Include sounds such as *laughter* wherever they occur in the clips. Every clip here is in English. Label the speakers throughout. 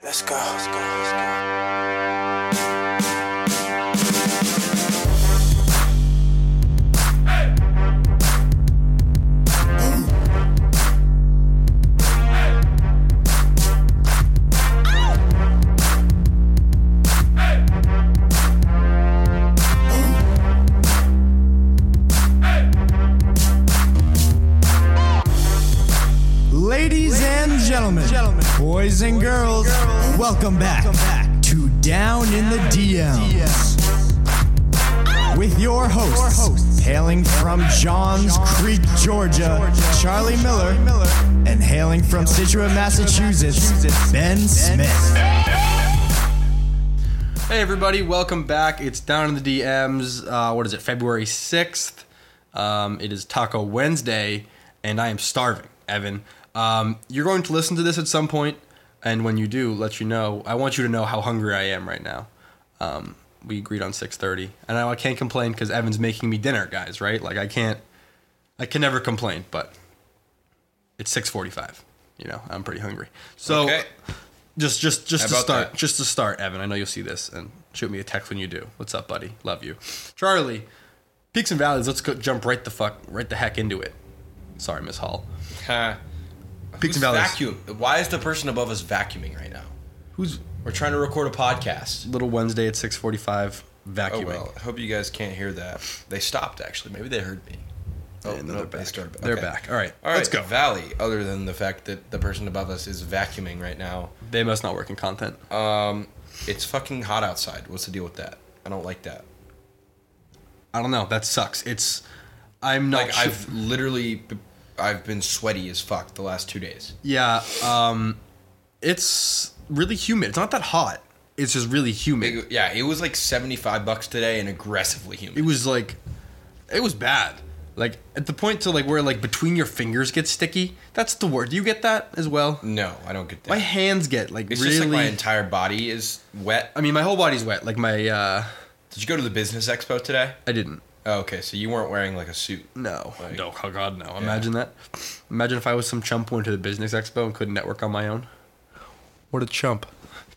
Speaker 1: go. Let's go. Let's go.
Speaker 2: Ladies and gentlemen, boys and girls, welcome back to Down in the DMs with your hosts, hailing from Johns Creek, Georgia, Charlie Miller, and hailing from Situate, Massachusetts, Ben Smith.
Speaker 3: Hey everybody, welcome back. It's down in the DMs. Uh, what is it? February sixth. Um, it is Taco Wednesday, and I am starving, Evan. Um, you're going to listen to this at some point, and when you do, let you know. I want you to know how hungry I am right now. Um, we agreed on six thirty, and I, I can't complain because Evan's making me dinner, guys. Right? Like I can't, I can never complain. But it's six forty-five. You know, I'm pretty hungry. So
Speaker 4: Okay.
Speaker 3: just just just
Speaker 4: How
Speaker 3: to
Speaker 4: about
Speaker 3: start
Speaker 4: that?
Speaker 3: just to start evan i know you'll see this and shoot me a text when you do what's up buddy love you charlie peaks and valleys let's go jump right the fuck right the heck into it sorry miss hall
Speaker 4: Huh.
Speaker 3: peaks
Speaker 4: Who's
Speaker 3: and valleys
Speaker 4: vacuum. Why is the person above us vacuuming right now?
Speaker 3: who's
Speaker 4: We're trying to record a podcast.
Speaker 3: little wednesday at 6.45 vacuuming
Speaker 4: Oh well. I hope you guys can't hear that. They stopped actually. Maybe they heard me. Oh,
Speaker 3: And
Speaker 4: no,
Speaker 3: they're
Speaker 4: they
Speaker 3: back.
Speaker 4: started back.
Speaker 3: They're
Speaker 4: Okay.
Speaker 3: back. All right,
Speaker 4: All right.
Speaker 3: let's go.
Speaker 4: Valley. Other than the fact that the person above us is vacuuming right now,
Speaker 3: they must not work in content
Speaker 4: Uh, it's fucking hot outside. What's the deal with that? I don't like that.
Speaker 3: i don't know that sucks it's i'm not
Speaker 4: Like
Speaker 3: sure-
Speaker 4: I've literally, I've been sweaty as fuck the last two days.
Speaker 3: yeah um it's really humid it's not that hot it's just really humid
Speaker 4: It- yeah, it was like seventy-five bucks today and aggressively humid.
Speaker 3: it was like it was bad like at the point to like where like between your fingers gets sticky that's the word do you get that as well
Speaker 4: no, I don't get that.
Speaker 3: my hands get like
Speaker 4: it's
Speaker 3: really
Speaker 4: just like my entire body is wet.
Speaker 3: i mean my whole body's wet like my uh
Speaker 4: Did you go to the business expo today?
Speaker 3: i didn't
Speaker 4: Oh, okay, so you weren't wearing like a suit.
Speaker 3: no
Speaker 4: Like-
Speaker 3: no oh god no imagine that imagine if i was some chump who went to the business expo and couldn't network on my own what a chump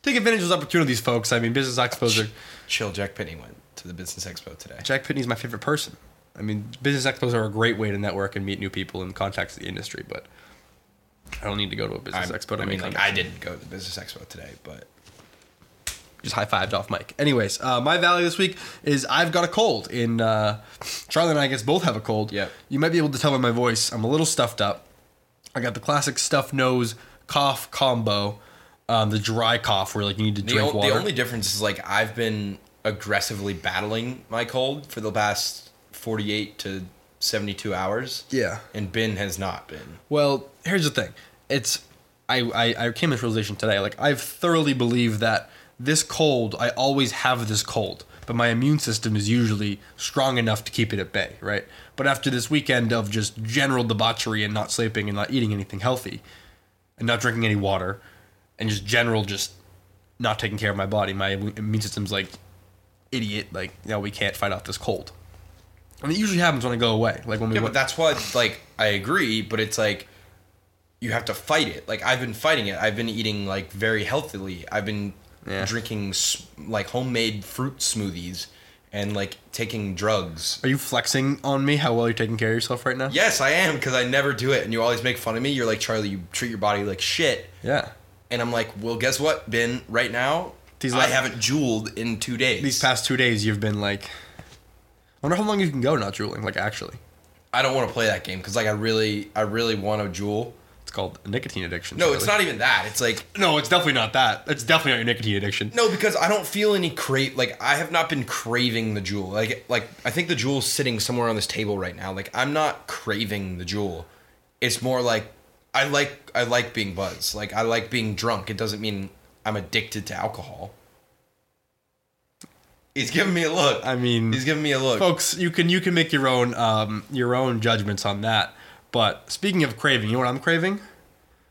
Speaker 3: take advantage of those opportunities folks i mean business expos are
Speaker 4: Chill, Jack Pitney went to the business expo today.
Speaker 3: jack pitney's my favorite person i mean business expos are a great way to network and meet new people and contacts in the industry but i don't need to go to a business
Speaker 4: I'm-
Speaker 3: expo to
Speaker 4: I mean,
Speaker 3: make
Speaker 4: like
Speaker 3: contacts.
Speaker 4: I didn't go to the business expo today, but
Speaker 3: just high fived off mic. Anyways, uh, my value this week is I've got a cold. In uh, Charlie and I, I guess both have a cold.
Speaker 4: Yep.
Speaker 3: You might be able to tell by my voice. I'm a little stuffed up. I got the classic stuffed nose cough combo, um, the dry cough where like you need to
Speaker 4: the,
Speaker 3: drink
Speaker 4: o-
Speaker 3: water.
Speaker 4: the only difference is like I've been aggressively battling my cold for the past 48 to 72 hours.
Speaker 3: Yeah.
Speaker 4: and Ben has not been.
Speaker 3: Well, here's the thing. It's I, I I came to this realization today. Like I've thoroughly believed that this cold, I always have this cold, but my immune system is usually strong enough to keep it at bay, right? But after this weekend of just general debauchery and not sleeping and not eating anything healthy, and not drinking any water, and just general just not taking care of my body, my immune system's like idiot. Like no, we can't fight off this cold. And it usually happens when I go away, like when we
Speaker 4: Yeah,
Speaker 3: went-
Speaker 4: but that's why like I agree, but it's like you have to fight it. Like I've been fighting it. I've been eating like very healthily. I've been
Speaker 3: Yeah.
Speaker 4: drinking s- like homemade fruit smoothies and like taking drugs.
Speaker 3: Are you flexing on me how well you're taking care of yourself right now?
Speaker 4: Yes, I am because I never do it, and you always make fun of me. You're like Charlie, you treat your body like shit,
Speaker 3: Yeah.
Speaker 4: and I'm like, well, guess what, Ben? Right now,
Speaker 3: These
Speaker 4: I
Speaker 3: last-
Speaker 4: haven't jeweled in two days.
Speaker 3: These past two days, you've been like, I wonder how long you can go not drooling. Like, actually,
Speaker 4: I don't want to play that game because like I really, I really want to jewel.
Speaker 3: it's called a nicotine addiction.
Speaker 4: No, it's
Speaker 3: Charlie.
Speaker 4: not even that. It's like
Speaker 3: No, it's definitely not that. It's definitely not your nicotine addiction.
Speaker 4: No, because I don't feel any crave. Like I have not been craving the jewel. Like like I think the jewel's sitting somewhere on this table right now. Like I'm not craving the jewel. It's more like I like I like being buzzed. Like I like being drunk. It doesn't mean I'm addicted to alcohol. He's giving me a look.
Speaker 3: I mean-
Speaker 4: he's giving me a look.
Speaker 3: folks. You can you can make your own um, your own judgments on that. But speaking of craving, you know what I'm craving?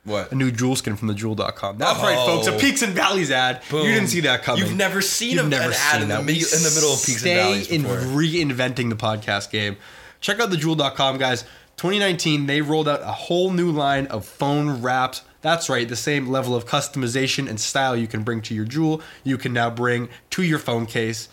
Speaker 4: what?
Speaker 3: A new jewel skin from thejewel.com. That's right,
Speaker 4: Oh.
Speaker 3: folks. A Peaks and Valleys ad.
Speaker 4: Boom.
Speaker 3: You didn't see that coming.
Speaker 4: You've never seen a- an ad in the,
Speaker 3: We
Speaker 4: mi- in the middle of Peaks
Speaker 3: stay
Speaker 4: and Valleys
Speaker 3: in
Speaker 4: before.
Speaker 3: reinventing the podcast game. Check out thejewel.com, guys. 2019, they rolled out a whole new line of phone wrapped That's right, the same level of customization and style you can bring to your jewel, you can now bring to your phone case.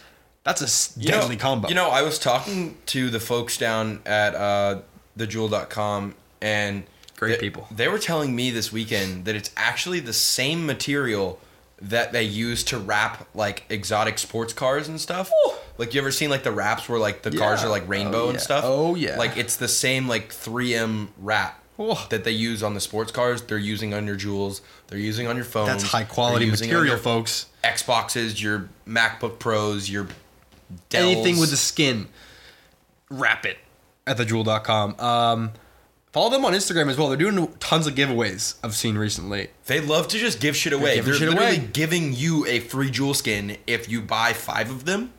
Speaker 3: That's a s-
Speaker 4: You know-
Speaker 3: deadly combo.
Speaker 4: You know, I was talking to the folks down at uh, thejewel.com and
Speaker 3: Great
Speaker 4: they-
Speaker 3: people.
Speaker 4: They were telling me this weekend that it's actually the same material that they use to wrap like exotic sports cars and stuff. Like you ever seen like the wraps where like the cars
Speaker 3: Yeah.
Speaker 4: are like rainbow
Speaker 3: Oh,
Speaker 4: and
Speaker 3: yeah.
Speaker 4: stuff?
Speaker 3: Oh, yeah.
Speaker 4: Like it's the same like 3M wrap.
Speaker 3: Oh.
Speaker 4: That they use on the sports cars, they're using on your jewels, they're using on your phones.
Speaker 3: That's high quality
Speaker 4: they're using on
Speaker 3: material,
Speaker 4: your
Speaker 3: folks.
Speaker 4: Xboxes, your MacBook Pros, your Dells.
Speaker 3: anything with the skin, wrap it at thejewel.com. Um, follow them on Instagram as well. They're doing tons of giveaways I've seen recently.
Speaker 4: They love to just give shit away.
Speaker 3: giving
Speaker 4: They're
Speaker 3: shit
Speaker 4: literally
Speaker 3: away.
Speaker 4: giving you a free jewel skin if you buy five of them,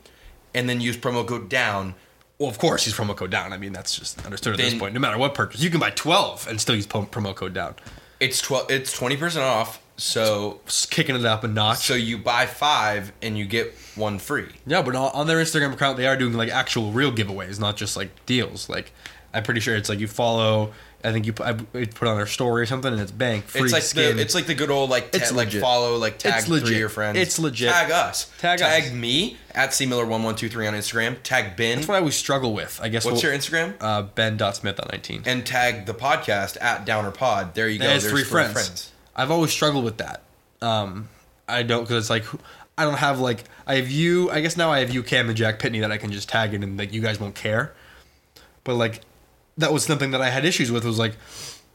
Speaker 4: and then use promo code down.
Speaker 3: Well, of course, use promo code down. I mean, that's just understood at this
Speaker 4: Then-
Speaker 3: point. No matter what purchase, you can buy 12 and still use po- promo code down.
Speaker 4: It's twelve. It's twenty percent off. So
Speaker 3: Just kicking it up a notch.
Speaker 4: so you buy five and you get one free.
Speaker 3: yeah, but on on their Instagram account, they are doing like actual real giveaways, not just like deals. Like, I'm pretty sure it's like you follow. I think you put, I put on their story or something, and it's bang free
Speaker 4: it's like
Speaker 3: skin.
Speaker 4: the it's like the good old like ta-
Speaker 3: It's
Speaker 4: like
Speaker 3: legit.
Speaker 4: follow like tag
Speaker 3: It's
Speaker 4: three of
Speaker 3: legit.
Speaker 4: your friends.
Speaker 3: It's legit.
Speaker 4: Tag us.
Speaker 3: Tag us.
Speaker 4: me at c miller one one two three on Instagram. Tag Ben.
Speaker 3: that's what I always struggle with. I guess
Speaker 4: What's
Speaker 3: we'll-
Speaker 4: your Instagram?
Speaker 3: uh, Ben dot Smith on 19.
Speaker 4: and tag the podcast at Downer Pod. There you go.
Speaker 3: There's
Speaker 4: There's
Speaker 3: three friends. I've always struggled with that. Um, I don't because it's like who- I don't have like I have you. I guess now I have you, Cam, and Jack Pitney that I can just tag in, and like you guys won't care. But like that was something that I had issues with. Was like,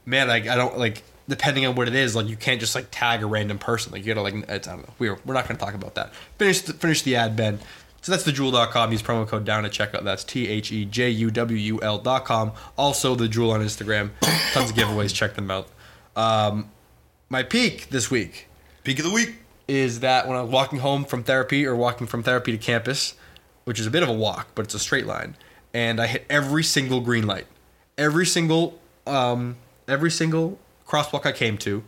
Speaker 3: man, I, I don't like depending on what it is. Like you can't just like tag a random person. Like you gotta like it's, I don't know. We're we're not gonna talk about that. Finish the, finish the ad, Ben. So that's thejewel.com. Use promo code down to checkout. That's T H E J U W U L dot com. Also the jewel on Instagram. Tons of giveaways. Check them out my peak this week
Speaker 4: Peak of the week.
Speaker 3: is that when I was walking home from therapy or walking from therapy to campus, which is a bit of a walk, but it's a straight line, and I hit every single green light, every single um, every single crosswalk I came to,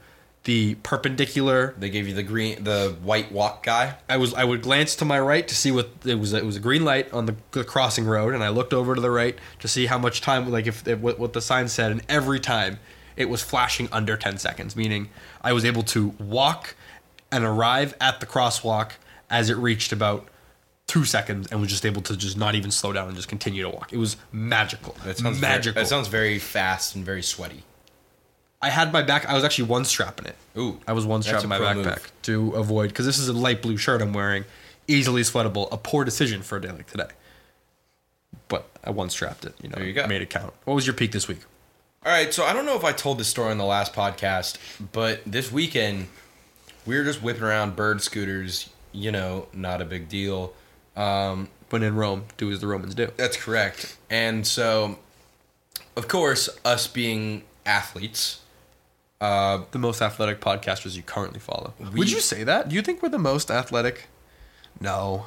Speaker 3: the perpendicular.
Speaker 4: They gave you the green, the white walk guy.
Speaker 3: I was I would glance to my right to see what it was. It was a green light on the, the crossing road, and I looked over to the right to see how much time, like if, if what, what the sign said, and every time it was flashing under ten seconds, meaning I was able to walk and arrive at the crosswalk as it reached about two seconds, and was just able to just not even slow down and just continue to walk. It was magical.
Speaker 4: That sounds ver-
Speaker 3: magical.
Speaker 4: that sounds very fast and very sweaty.
Speaker 3: I had my back. I was actually one strapping it.
Speaker 4: Ooh,
Speaker 3: I was one
Speaker 4: that's
Speaker 3: strapping
Speaker 4: a
Speaker 3: my
Speaker 4: pro
Speaker 3: backpack
Speaker 4: move.
Speaker 3: to avoid because this is a light blue shirt I'm wearing, easily sweatable. A poor decision for a day like today. But I one strapped it. You know,
Speaker 4: There you go.
Speaker 3: made it count. What was your peak this week?
Speaker 4: All right, so I don't know if I told this story on the last podcast, but this weekend we were just whipping around bird scooters. You know, not a big deal. Um,
Speaker 3: When in Rome, do as the Romans do.
Speaker 4: That's correct. And so, of course, us being athletes,
Speaker 3: The most athletic podcasters you currently follow.
Speaker 4: We-
Speaker 3: Would you say that? Do you think we're the most athletic? No.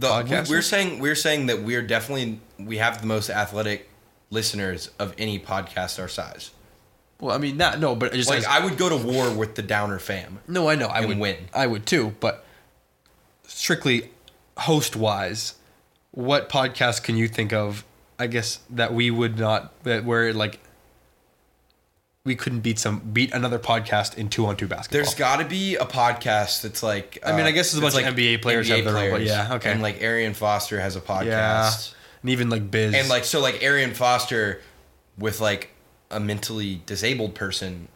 Speaker 4: the
Speaker 3: Podcasters?
Speaker 4: we're saying we're saying that we're definitely we have the most athletic listeners of any podcast our size.
Speaker 3: Well, I mean, not no, but it just
Speaker 4: Like
Speaker 3: as-
Speaker 4: I would go to war with the Downer fam.
Speaker 3: No, I know. I
Speaker 4: and
Speaker 3: would
Speaker 4: win.
Speaker 3: I would too, but strictly host wise, what podcast can you think of? I guess that we would not that where like we couldn't beat some beat another podcast in two on two basketball.
Speaker 4: There's got to be a podcast that's like. uh,
Speaker 3: I mean, I guess there's a bunch of
Speaker 4: that's
Speaker 3: NBA players have their own, but yeah, okay.
Speaker 4: And like Arian Foster has a podcast,
Speaker 3: yeah, and even like Biz
Speaker 4: and like so, like Arian Foster with like a mentally disabled person,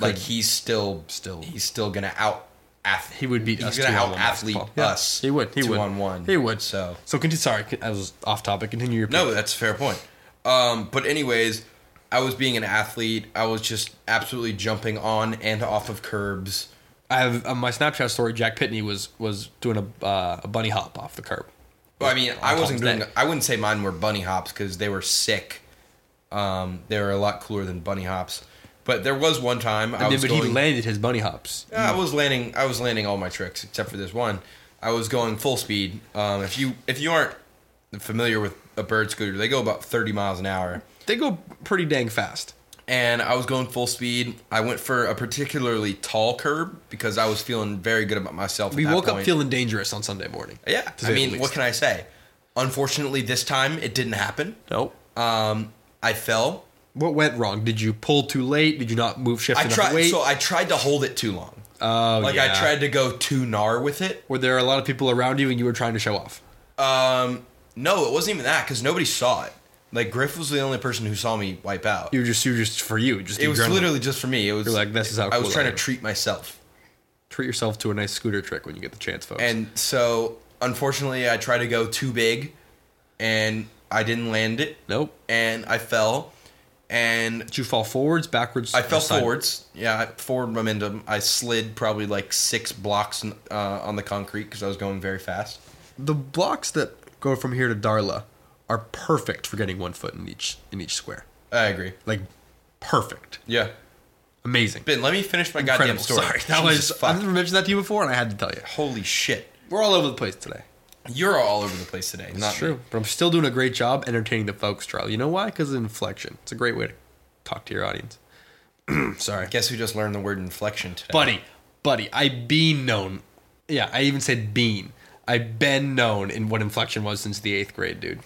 Speaker 4: like
Speaker 3: Could-
Speaker 4: he's still
Speaker 3: Still.
Speaker 4: he's still gonna out. Ath-
Speaker 3: he would beat
Speaker 4: he's
Speaker 3: us.
Speaker 4: gonna
Speaker 3: two on
Speaker 4: out
Speaker 3: one
Speaker 4: athlete
Speaker 3: basketball. Yeah,
Speaker 4: us.
Speaker 3: He would. He
Speaker 4: two
Speaker 3: would.
Speaker 4: on one.
Speaker 3: He would.
Speaker 4: So
Speaker 3: so continue. Sorry, I was off topic. Continue your.
Speaker 4: No, that's a fair point. Um, but anyways, I was being an athlete. I was just absolutely jumping on and off of curbs.
Speaker 3: I have on my Snapchat story. Jack Pitney was was doing a uh, a bunny hop off the curb.
Speaker 4: Well, I mean, I wasn't
Speaker 3: Tom's
Speaker 4: doing.
Speaker 3: neck.
Speaker 4: I wouldn't say mine were bunny hops because they were sick. Um, they were a lot cooler than bunny hops. But there was one time I,
Speaker 3: I mean,
Speaker 4: was
Speaker 3: but
Speaker 4: going.
Speaker 3: he landed his bunny hops.
Speaker 4: Yeah, I was landing. I was landing all my tricks except for this one. I was going full speed. Um, if you if you aren't familiar with a bird scooter, they go about thirty miles an hour.
Speaker 3: They go pretty dang fast.
Speaker 4: and I was going full speed. I went for a particularly tall curb because I was feeling very good about myself.
Speaker 3: We
Speaker 4: at that
Speaker 3: woke up
Speaker 4: point.
Speaker 3: feeling dangerous on Sunday morning.
Speaker 4: yeah.
Speaker 3: to say
Speaker 4: I
Speaker 3: the
Speaker 4: mean,
Speaker 3: least.
Speaker 4: what can I say? Unfortunately, this time it didn't happen.
Speaker 3: Nope.
Speaker 4: Um, I fell.
Speaker 3: Uh, What went wrong? Did you pull too late? Did you not move shift
Speaker 4: I
Speaker 3: enough
Speaker 4: tried.
Speaker 3: weight?
Speaker 4: So I tried to hold it too long.
Speaker 3: oh,
Speaker 4: like I
Speaker 3: yeah.
Speaker 4: tried to go too gnar with it.
Speaker 3: Were there a lot of people around you and you were trying to show off?
Speaker 4: Um, no, it wasn't even that because nobody saw it. Like Griff was the only person who saw me wipe out.
Speaker 3: You were just you were just for you. Just
Speaker 4: it was
Speaker 3: adrenaline.
Speaker 4: literally just for me. It was
Speaker 3: You're like, this is how
Speaker 4: I was
Speaker 3: cool I
Speaker 4: trying to
Speaker 3: am.
Speaker 4: treat myself,
Speaker 3: treat yourself to a nice scooter trick when you get the chance, folks.
Speaker 4: and so unfortunately, I tried to go too big, and I didn't land it,
Speaker 3: nope.
Speaker 4: and I fell, and
Speaker 3: Did you fall forwards, backwards?
Speaker 4: I fell
Speaker 3: or side-
Speaker 4: forwards. Yeah, I- forward momentum. I slid probably like six blocks uh, on the concrete because I was going very fast.
Speaker 3: The blocks that go from here to Darla are perfect for getting one foot in each in each square.
Speaker 4: I agree.
Speaker 3: Like perfect,
Speaker 4: Yeah,
Speaker 3: amazing.
Speaker 4: Ben, let me finish my goddamn
Speaker 3: Incredible.
Speaker 4: story.
Speaker 3: Sorry, that
Speaker 4: Jesus
Speaker 3: was
Speaker 4: fuck.
Speaker 3: I've never mentioned that to you before, and I had to tell you.
Speaker 4: holy shit.
Speaker 3: We're all over the place today.
Speaker 4: You're all over the place today. Not
Speaker 3: It's
Speaker 4: me.
Speaker 3: true, but I'm still doing a great job entertaining the folks, Charlie. You know why? Because of inflection. It's a great way to talk to your audience. Sorry,
Speaker 4: Guess who just learned the word inflection today?
Speaker 3: buddy, buddy. I been known. Yeah, I even said bean. I've been known in what inflection was since the eighth grade, dude.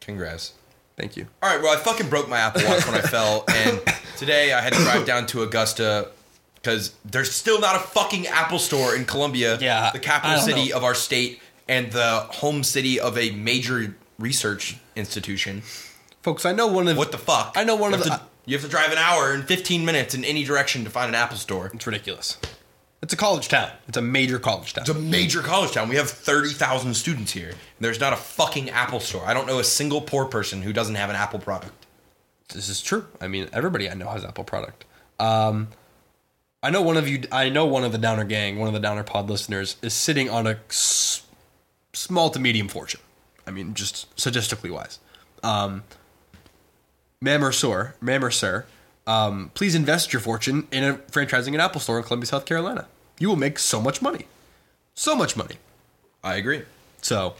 Speaker 4: Congrats.
Speaker 3: Thank you.
Speaker 4: All right, well, I fucking broke my Apple Watch
Speaker 3: *laughs*
Speaker 4: when I fell, and today I had to drive down to Augusta because there's still not a fucking Apple store in Columbia,
Speaker 3: Yeah,
Speaker 4: the
Speaker 3: I
Speaker 4: capital
Speaker 3: don't
Speaker 4: city
Speaker 3: know.
Speaker 4: of our state and the home city of a major research institution.
Speaker 3: folks. I know one of
Speaker 4: What the fuck?
Speaker 3: I know one
Speaker 4: You
Speaker 3: of
Speaker 4: have
Speaker 3: the-
Speaker 4: to- you have to drive an hour and 15 minutes in any direction to find an Apple store.
Speaker 3: It's ridiculous. It's a college town. It's a major college town.
Speaker 4: It's a major college town. We have 30,000 students here. There's not a fucking Apple store. I don't know a single poor person who doesn't have an Apple product.
Speaker 3: this is true. I mean, everybody I know has Apple product. Um, I know one of you. I know one of the Downer gang, one of the Downer Pod listeners, is sitting on a s- small to medium fortune. I mean, just statistically wise. Um, ma'am or sir, ma'am or sir, um, please invest your fortune in a franchising an Apple store in Columbia, South Carolina. You will make so much money, so much money.
Speaker 4: I agree.
Speaker 3: So,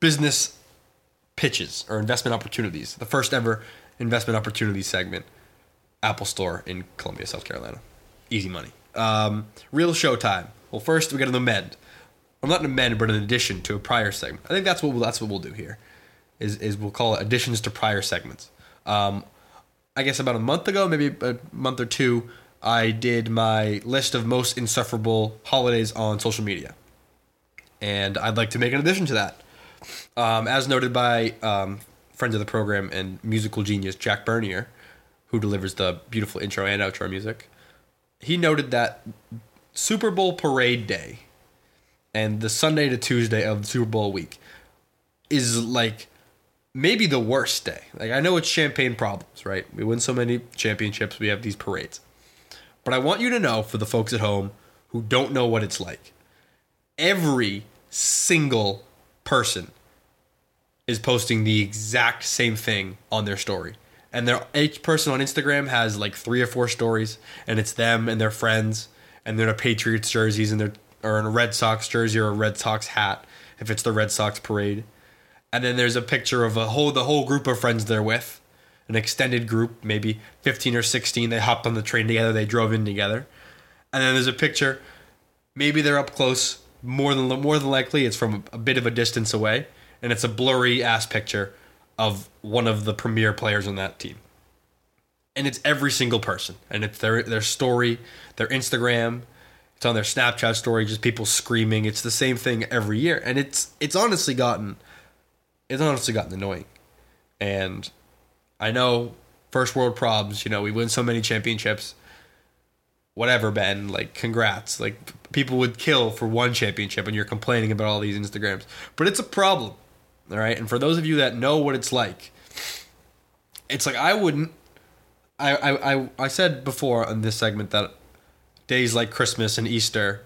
Speaker 3: business pitches or investment opportunities. The first ever investment opportunity segment, Apple Store in Columbia, South Carolina. Easy money. Um, real showtime. Well, first we got an amend. I'm not an amend, but an addition to a prior segment. I think that's what we'll, that's what we'll do here. Is is we'll call it additions to prior segments. Um, I guess about a month ago, maybe a month or two, I did my list of most insufferable holidays on social media and I'd like to make an addition to that. Um, as noted by um, friends of the program and musical genius Jack Bernier, who delivers the beautiful intro and outro music, he noted that Super Bowl parade day and the Sunday to Tuesday of Super Bowl week is like maybe the worst day. Like I know it's champagne problems, right? We win so many championships, we have these parades. But I want you to know for the folks at home who don't know what it's like every single person is posting the exact same thing on their story. And their each person on Instagram has like three or four stories, and it's them and their friends, and they're in a Patriots jerseys and they're or in a Red Sox jersey or a Red Sox hat if it's the Red Sox parade. And then there's a picture of a whole the whole group of friends they're with, an extended group, maybe 15 or 16. They hopped on the train together, they drove in together. And then there's a picture maybe they're up close more than more than likely it's from a bit of a distance away and it's a blurry ass picture of one of the premier players on that team and it's every single person and it's their their story their instagram it's on their snapchat story just people screaming it's the same thing every year and it's it's honestly gotten it's honestly gotten annoying and i know first world problems you know we win so many championships whatever, Ben. Like, congrats. Like, p- people would kill for one championship, and you're complaining about all these Instagrams. But it's a problem, all right. And for those of you that know what it's like, it's like I wouldn't. I I I, I said before on this segment that days like Christmas and Easter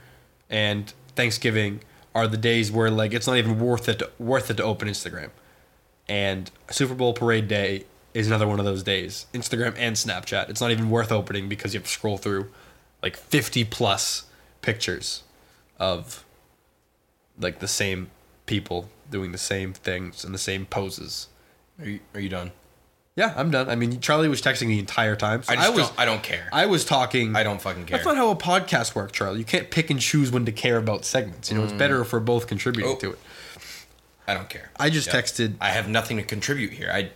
Speaker 3: and Thanksgiving are the days where like it's not even worth it worth it to open Instagram. And Super Bowl parade day is another one of those days. Instagram and Snapchat. It's not even worth opening because you have to scroll through like 50 plus pictures of like the same people doing the same things and the same poses.
Speaker 4: Are you, are you done?
Speaker 3: Yeah, I'm done. I mean, Charlie was texting the entire time. so
Speaker 4: I just
Speaker 3: was
Speaker 4: don't, I don't care. I,
Speaker 3: I was talking.
Speaker 4: don't fucking care.
Speaker 3: That's not how a podcast works, Charlie. You can't pick and choose when to care about segments. You know, it's better for both contributing
Speaker 4: Mm. Oh.
Speaker 3: to it.
Speaker 4: I don't care.
Speaker 3: I just
Speaker 4: Yeah.
Speaker 3: texted.
Speaker 4: I have nothing to contribute here. I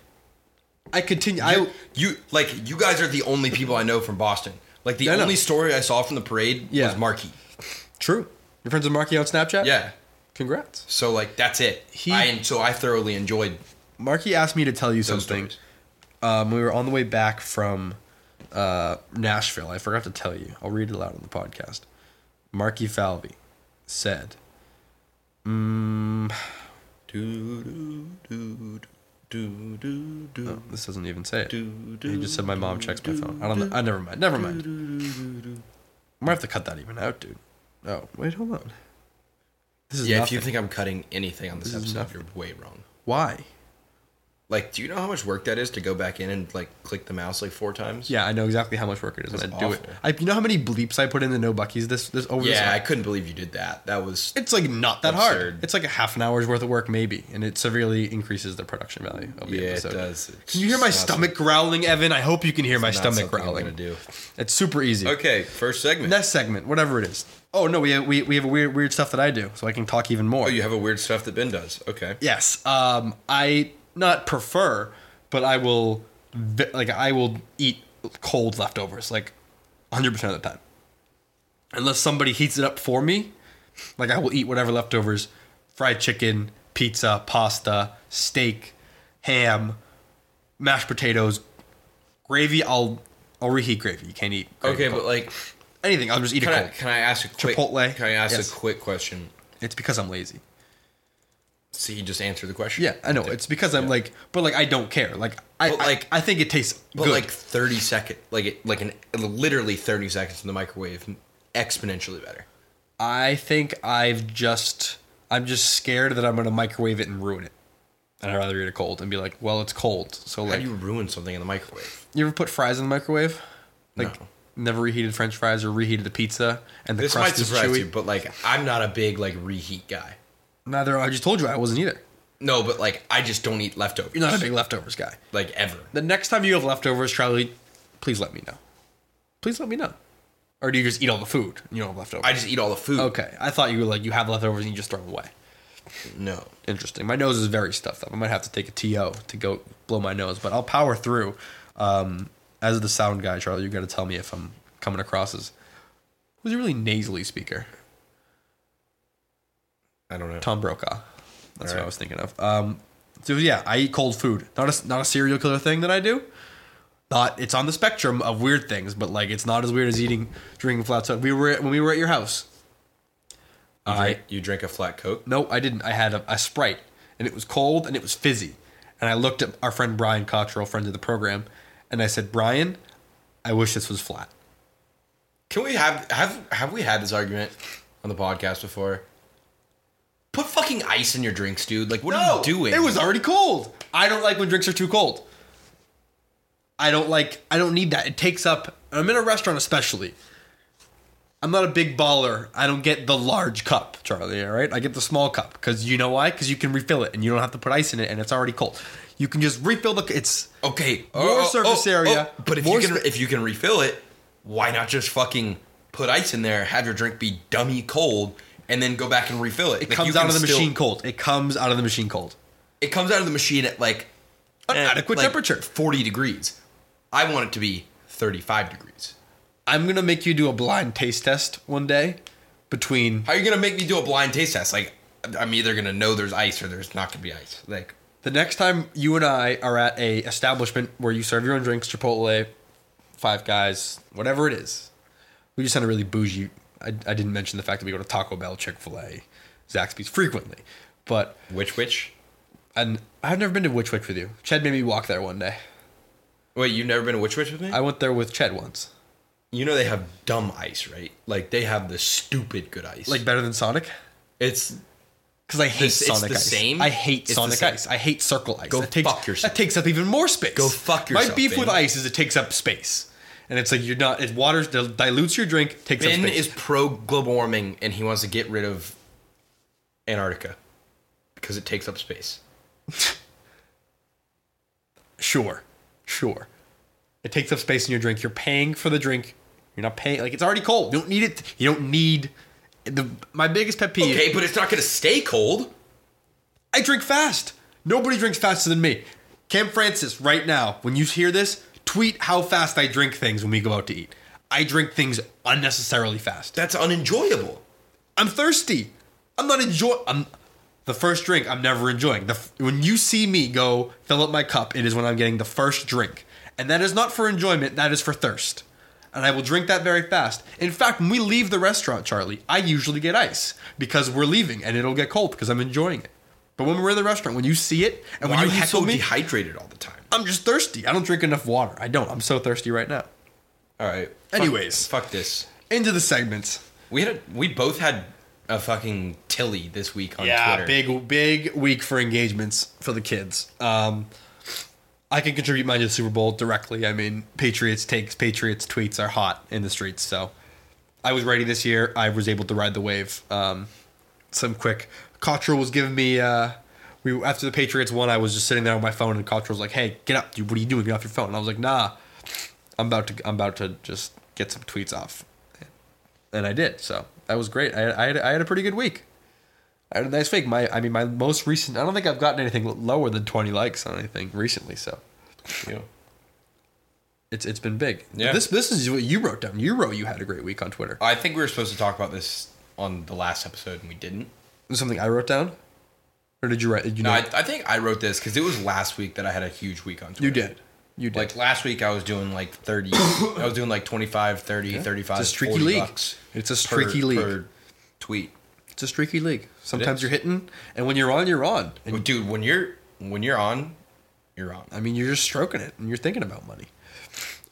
Speaker 3: I continue. I
Speaker 4: you like you guys are the only people I know from Boston. Like the
Speaker 3: I know.
Speaker 4: only story I saw from the parade
Speaker 3: Yeah.
Speaker 4: was Marky.
Speaker 3: true. Your friends with Marky on Snapchat.
Speaker 4: Yeah.
Speaker 3: Congrats.
Speaker 4: So like that's it.
Speaker 3: He-
Speaker 4: I and so I thoroughly enjoyed
Speaker 3: Marky asked me to tell you
Speaker 4: those
Speaker 3: something.
Speaker 4: stories.
Speaker 3: Um, we were on the way back from uh, Nashville. I forgot to tell you. I'll read it aloud on the podcast. Marky Falvey said, "Mm,
Speaker 4: Do, do, do, do, do, do.
Speaker 3: oh, "This doesn't even say it." He just said, "My mom checks my phone." I don't know. I never mind. Never mind. I might have to cut that even out, dude. Oh wait, hold on. This is
Speaker 4: Yeah, if
Speaker 3: nothing.
Speaker 4: you think I'm cutting anything on this,
Speaker 3: This is
Speaker 4: episode, you're way wrong.
Speaker 3: Why?
Speaker 4: Like, do you know how much work that is to go back in and like click the mouse like four times?
Speaker 3: Yeah, I know exactly how much work it is. and I
Speaker 4: That's
Speaker 3: do it.
Speaker 4: awful.
Speaker 3: I, you know how many bleeps I put in the no buckies this this over this.
Speaker 4: Yeah, I couldn't believe you did that. That was
Speaker 3: it's like not that
Speaker 4: Absurd.
Speaker 3: hard. It's like a half an hour's worth of work, maybe, and it severely increases the production value of the
Speaker 4: Yeah, it
Speaker 3: episode.
Speaker 4: does. It's
Speaker 3: Can you hear my
Speaker 4: not
Speaker 3: stomach growling, Evan? I hope you can hear my
Speaker 4: not
Speaker 3: stomach
Speaker 4: something I'm
Speaker 3: growling.
Speaker 4: gonna do.
Speaker 3: It's super easy.
Speaker 4: Okay, first segment.
Speaker 3: Next segment, whatever it is. Oh no, we have, we we have a weird weird stuff that I do, so I can talk even more.
Speaker 4: oh, you have a weird stuff that Ben does. Okay.
Speaker 3: Yes. Um, I not prefer, but I will ve- like I will eat cold leftovers like 100% of the time. Unless somebody heats it up for me, like I will eat whatever leftovers, fried chicken, pizza, pasta, steak, ham, mashed potatoes, gravy, I'll I'll reheat gravy. You can't eat gravy
Speaker 4: Okay,
Speaker 3: cold.
Speaker 4: but like,
Speaker 3: anything, I'll just eat it
Speaker 4: can I,
Speaker 3: cold.
Speaker 4: can I ask a quick
Speaker 3: Chipotle.
Speaker 4: Can I ask
Speaker 3: Yes.
Speaker 4: a quick question?
Speaker 3: It's because I'm lazy.
Speaker 4: So you just answer the question.
Speaker 3: Yeah, I know. It's because I'm like, but like I don't care. Like I,
Speaker 4: But,
Speaker 3: like
Speaker 4: like-
Speaker 3: I, think it tastes
Speaker 4: But
Speaker 3: good.
Speaker 4: like thirty second, like it, like an literally thirty seconds in the microwave, exponentially better.
Speaker 3: I think I've just I'm just scared that I'm gonna microwave it and ruin it. And I'd rather eat it cold and be like, well, it's cold. So
Speaker 4: How
Speaker 3: like,
Speaker 4: do you
Speaker 3: you,
Speaker 4: ruin something in the microwave?
Speaker 3: ever put fries in the microwave? Like
Speaker 4: No.
Speaker 3: never reheated French fries or reheated a pizza and the
Speaker 4: This might
Speaker 3: crust is
Speaker 4: surprise
Speaker 3: chewy.
Speaker 4: you, but like I'm not a big like reheat guy.
Speaker 3: Neither I just told you I wasn't either.
Speaker 4: No, but like I just don't eat leftovers.
Speaker 3: You're not a big leftovers guy.
Speaker 4: like ever.
Speaker 3: The next time you have leftovers, Charlie, please let me know. Please let me know. Or do you just eat all the food and you don't have leftovers?
Speaker 4: I just eat all the food.
Speaker 3: okay. I thought you were like you have leftovers and you just throw them away.
Speaker 4: No.
Speaker 3: Interesting. My nose is very stuffed up. I might have to take a TO to go blow my nose, but I'll power through. Um, as the sound guy, Charlie, you got to tell me if I'm coming across as who's a really nasally speaker.
Speaker 4: I don't know.
Speaker 3: Tom Brokaw. That's what I
Speaker 4: Alright.
Speaker 3: was thinking of. Um, so yeah, I eat cold food. Not a not a serial killer thing that I do. Not it's on the spectrum of weird things, but like it's not as weird as eating drinking flat soda. We were at- when we were at your house.
Speaker 4: You
Speaker 3: I
Speaker 4: drink- you drink a flat coke?
Speaker 3: No, I didn't. I had a, a Sprite, and it was cold and it was fizzy. And I looked at our friend Brian Cottrell, friend of the program, and I said, Brian, I wish this was flat.
Speaker 4: Can we have have have we had this argument on the podcast before? Put fucking ice in your drinks, dude. Like what are you doing?
Speaker 3: It was already cold. I don't like when drinks are too cold. I don't like. I don't need that. It takes up. I'm in a restaurant, especially. I'm not a big baller. I don't get the large cup, Charlie. All right, I get the small cup because you know why? Because you can refill it and you don't have to put ice in it, and it's already cold. You can just refill the. It's
Speaker 4: okay. oh,
Speaker 3: More surface area,
Speaker 4: but if
Speaker 3: more
Speaker 4: you can
Speaker 3: sp-
Speaker 4: if you can refill it, why not just fucking put ice in there, have your drink be dummy cold, and then go back and refill it?
Speaker 3: It comes out of the machine cold. It comes out of the machine cold.
Speaker 4: It comes out of the machine at like
Speaker 3: An
Speaker 4: eh,
Speaker 3: adequate
Speaker 4: like
Speaker 3: temperature.
Speaker 4: forty degrees. I want it to be thirty-five degrees.
Speaker 3: I'm gonna make you do a blind taste test one day between
Speaker 4: How are you gonna make me do a blind taste test? Like, I'm either gonna know there's ice or there's not gonna be ice. Like,
Speaker 3: the next time you and I are at a establishment where you serve your own drinks, Chipotle, Five Guys, whatever it is. We just sounded really bougie. I, I didn't mention the fact that we go to Taco Bell, Chick Fil A, Zaxby's frequently, but
Speaker 4: which which?
Speaker 3: and I've never been to Witch Witch with you. Ched made me walk there one day.
Speaker 4: Wait, you've never been to which which with me?
Speaker 3: I went there with Ched once,
Speaker 4: you know they have dumb ice, right? Like they have the stupid good ice.
Speaker 3: like better than Sonic.
Speaker 4: it's
Speaker 3: Because I hate
Speaker 4: This- it's
Speaker 3: Sonic
Speaker 4: the
Speaker 3: Ice.
Speaker 4: same?
Speaker 3: I hate
Speaker 4: It's the
Speaker 3: Sonic
Speaker 4: same.
Speaker 3: Ice. I hate Circle Ice.
Speaker 4: Go
Speaker 3: that takes,
Speaker 4: fuck yourself.
Speaker 3: That takes up even more space.
Speaker 4: Go fuck
Speaker 3: My
Speaker 4: yourself,
Speaker 3: beef with
Speaker 4: Ben.
Speaker 3: ice is it takes up space, and it's like you're not. It waters dilutes your drink. Takes
Speaker 4: Ben
Speaker 3: up space.
Speaker 4: is pro global warming and he wants to get rid of Antarctica because it takes up space.
Speaker 3: sure, sure. It takes up space in your drink. You're paying for the drink. You're not paying. Like it's already cold. You don't need it. You don't need. The, my biggest pet peeve.
Speaker 4: Okay, but it's not gonna stay cold.
Speaker 3: I drink fast. Nobody drinks faster than me. Cam Francis, right now, when you hear this, tweet how fast I drink things when we go out to eat. I drink things unnecessarily fast.
Speaker 4: That's unenjoyable.
Speaker 3: I'm thirsty. I'm not enjoying. I'm the first drink. I'm never enjoying. The f- when you see me go fill up my cup, it is when I'm getting the first drink, and that is not for enjoyment. That is for thirst, and I will drink that very fast. In fact, when we leave the restaurant, Charlie, I usually get ice because we're leaving, and it'll get cold because I'm enjoying it. But when we're in the restaurant, when you see it, and
Speaker 4: Why
Speaker 3: when
Speaker 4: are
Speaker 3: you
Speaker 4: you
Speaker 3: heckle
Speaker 4: so
Speaker 3: me, Uh,
Speaker 4: dehydrated all the time?
Speaker 3: I'm just thirsty. I don't drink enough water. I don't. I'm so thirsty right now.
Speaker 4: All right. Fuck-
Speaker 3: Anyways.
Speaker 4: fuck this.
Speaker 3: Into the segments.
Speaker 4: We had a, we both had a fucking Tilly this week on Twitter.
Speaker 3: big big week for engagements for the kids. Um, I can contribute mine to the Super Bowl directly. I mean, Patriots takes, Patriots tweets are hot in the streets. So I was ready this year. I was able to ride the wave. Um, some quick. Cottrell was giving me. Uh, we after the Patriots won, I was just sitting there on my phone, and Cottrell was like, "Hey, get up! Dude, what are you doing? Get off your phone!" And I was like, "Nah, I'm about to. I'm about to just get some tweets off." And I did. So that was great. I, I, had, I had a pretty good week. I had a nice week. My, I mean, my most recent. I don't think I've gotten anything lower than twenty likes on anything recently. So, you know, it's it's been big. But
Speaker 4: Yeah.
Speaker 3: This this is what you wrote down. You wrote you had a great week on Twitter.
Speaker 4: I think we were supposed to talk about this on the last episode and we didn't.
Speaker 3: This is something I wrote down, or did you write? Did you
Speaker 4: No,
Speaker 3: know?
Speaker 4: I, I think I wrote this because it was last week that I had a huge week on Twitter.
Speaker 3: you did. You did.
Speaker 4: Like last week, I was doing
Speaker 3: *coughs*
Speaker 4: like 30. I was doing like 25, 30, 35.
Speaker 3: it's a streaky
Speaker 4: 40
Speaker 3: league.
Speaker 4: bucks
Speaker 3: It's a
Speaker 4: per-
Speaker 3: streaky league.
Speaker 4: per tweet.
Speaker 3: It's a streaky league. Sometimes
Speaker 4: is.
Speaker 3: you're hitting, and when you're on, you're on. And
Speaker 4: But dude, when you're when you're on, you're on.
Speaker 3: I mean, you're just stroking it, and you're thinking about money.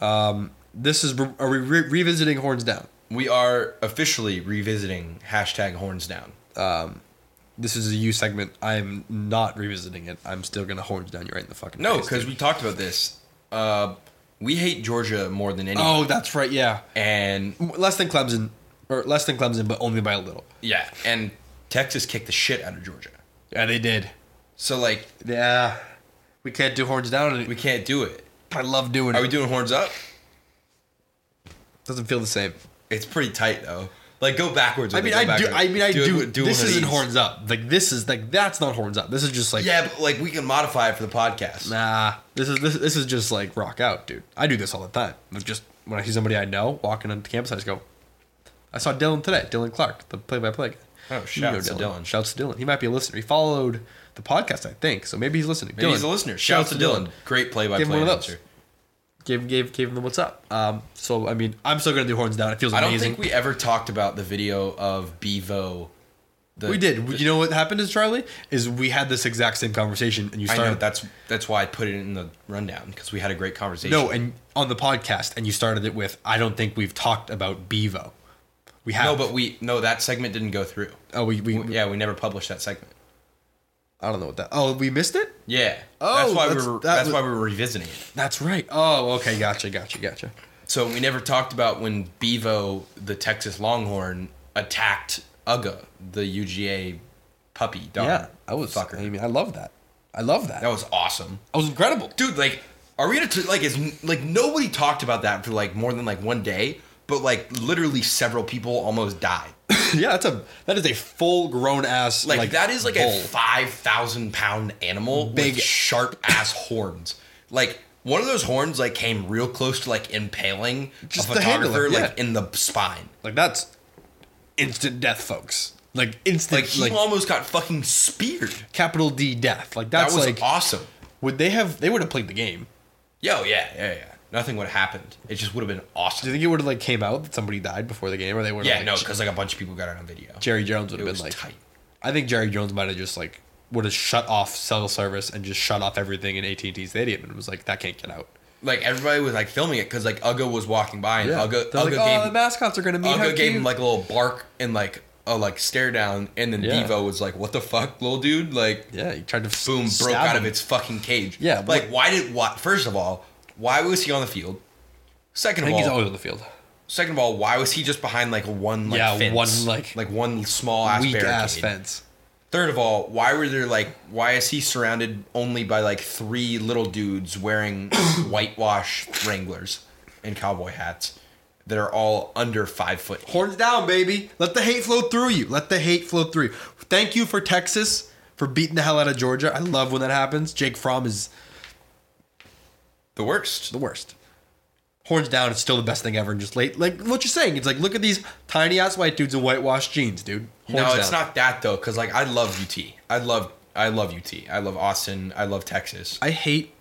Speaker 3: Um, this is are we re- revisiting horns down?
Speaker 4: We are officially revisiting hashtag horns down.
Speaker 3: This is a you segment. I'm not revisiting it. I'm still gonna horns down you right in the fucking
Speaker 4: No,
Speaker 3: face,
Speaker 4: because
Speaker 3: dude.
Speaker 4: we talked about this. Uh, we hate Georgia more than anyone.
Speaker 3: oh, that's right. Yeah,
Speaker 4: And
Speaker 3: less than Clemson, or less than Clemson, but only by a little.
Speaker 4: yeah, and Texas kicked the shit out of Georgia.
Speaker 3: Yeah, they did.
Speaker 4: So like
Speaker 3: Yeah, we can't do horns down.
Speaker 4: we
Speaker 3: We,
Speaker 4: can't do it.
Speaker 3: I love doing
Speaker 4: Are
Speaker 3: it.
Speaker 4: we doing horns up?
Speaker 3: Doesn't feel the same.
Speaker 4: It's pretty tight though. Like go backwards.
Speaker 3: I
Speaker 4: with
Speaker 3: mean,
Speaker 4: it, go
Speaker 3: I do.
Speaker 4: backwards.
Speaker 3: I mean, I do.
Speaker 4: it- one
Speaker 3: this
Speaker 4: of
Speaker 3: isn't
Speaker 4: these.
Speaker 3: horns up. Like this is like that's not horns up. This is just like
Speaker 4: Yeah, but like we can modify it for the podcast.
Speaker 3: Nah, this is this, this is just like rock out, dude. I do this all the time. Like just when I see somebody I know walking onto campus, I just go. I saw Dylan today. Dylan Clark, the play-by-play. guy.
Speaker 4: Oh, shouts to Dylan.
Speaker 3: Shouts to Dylan. He might be a listener. He followed the podcast, I think, so maybe he's listening.
Speaker 4: Maybe
Speaker 3: Dylan,
Speaker 4: he's a listener. Shouts to Dylan. Great play by
Speaker 3: Give him
Speaker 4: play
Speaker 3: one of those.
Speaker 4: announcer.
Speaker 3: Gave gave gave him the what's up. Um, so I mean, I'm still gonna do horns down. It feels
Speaker 4: I don't
Speaker 3: amazing.
Speaker 4: think we ever talked about the video of Bevo. The,
Speaker 3: we, did. you know what happened is Charlie is we had this exact same conversation, and you
Speaker 4: I
Speaker 3: started
Speaker 4: know that's that's why I put it in the rundown because we had a great conversation.
Speaker 3: No, and on the podcast, and you started it with, I don't think we've talked about Bevo. We
Speaker 4: no,
Speaker 3: have.
Speaker 4: but we no that segment didn't go through.
Speaker 3: oh, we, we,
Speaker 4: Yeah, we never published that segment.
Speaker 3: I don't know what that. Oh, we missed it.
Speaker 4: Yeah.
Speaker 3: Oh,
Speaker 4: that's why
Speaker 3: that's-
Speaker 4: we were
Speaker 3: that
Speaker 4: that's
Speaker 3: was-
Speaker 4: why we were revisiting it.
Speaker 3: That's right. Oh, okay, gotcha, gotcha, gotcha.
Speaker 4: So we never talked about when Bevo, the Texas Longhorn, attacked Uga, the UGA puppy dog.
Speaker 3: yeah, I was.
Speaker 4: fucker.
Speaker 3: I mean, I love that. I love that.
Speaker 4: That was awesome,
Speaker 3: that was incredible.
Speaker 4: dude. Like, are we gonna t- like? Is like nobody talked about that for like more than like one day, but like literally several people almost
Speaker 3: *laughs*
Speaker 4: died.
Speaker 3: *laughs* yeah, that's a that is a full grown ass
Speaker 4: Like, that is like a
Speaker 3: bull.
Speaker 4: five thousand pound animal,
Speaker 3: Big-
Speaker 4: with sharp ass horns. Like one of those horns like came real close to like impaling
Speaker 3: Just
Speaker 4: a
Speaker 3: the handle,
Speaker 4: photographer
Speaker 3: yeah.
Speaker 4: like in the spine.
Speaker 3: like that's instant death, folks. Like
Speaker 4: Like
Speaker 3: instant,
Speaker 4: he
Speaker 3: like,
Speaker 4: almost got fucking speared.
Speaker 3: capital D death. Like
Speaker 4: That
Speaker 3: that's
Speaker 4: was
Speaker 3: like
Speaker 4: awesome.
Speaker 3: would they have? They would have played the game.
Speaker 4: Yo, yeah, yeah, yeah. Nothing would have happened. It just would have been
Speaker 3: Do you
Speaker 4: awesome.
Speaker 3: think it would have like came out that somebody died before the game, or they would?
Speaker 4: Yeah,
Speaker 3: like,
Speaker 4: no, because like a bunch of people got it on video.
Speaker 3: Jerry Jones would
Speaker 4: It
Speaker 3: have
Speaker 4: was
Speaker 3: been like.
Speaker 4: tight.
Speaker 3: I think Jerry Jones might have just like would have shut off cell service and just shut off everything in AT and T Stadium and was like, that can't get out.
Speaker 4: Like everybody was like filming it because like Uga was walking by and Uga Uga
Speaker 3: They're like, oh, the
Speaker 4: gave
Speaker 3: mascots are gonna meet. how
Speaker 4: Uga gave him
Speaker 3: cute."
Speaker 4: like a little bark and like a like stare down, and then
Speaker 3: Yeah.
Speaker 4: Devo was like, "What the fuck, little dude?" Like,
Speaker 3: yeah, he tried to s-
Speaker 4: boom, broke
Speaker 3: stab
Speaker 4: out
Speaker 3: him.
Speaker 4: of its fucking cage.
Speaker 3: Yeah,
Speaker 4: like
Speaker 3: what-
Speaker 4: why did why? First of all, why was he on the field? Second
Speaker 3: I
Speaker 4: of
Speaker 3: think
Speaker 4: all,
Speaker 3: he's always on the field.
Speaker 4: second of all, why was he just behind like one like
Speaker 3: Yeah,
Speaker 4: fence?
Speaker 3: one, like,
Speaker 4: like one small ass
Speaker 3: Weak ass
Speaker 4: barricade?
Speaker 3: fence.
Speaker 4: Third of all, why were there like why is he surrounded only by like three little dudes
Speaker 3: *coughs*
Speaker 4: wearing whitewash Wranglers and cowboy hats that are all under five foot?
Speaker 3: Horns down, baby. Let the hate flow through you. Let the hate flow through. you. Thank you for Texas for beating the hell out of Georgia. I love when that happens. Jake Fromm is
Speaker 4: the worst.
Speaker 3: the worst. Horns down, it's still the best thing ever. And just late, like what you're saying, it's like look at these tiny ass white dudes in whitewashed jeans, dude. Horns
Speaker 4: no, it's
Speaker 3: down.
Speaker 4: not that though, because like I love UT. I love I love UT. I love Austin. I love Texas.
Speaker 3: I hate,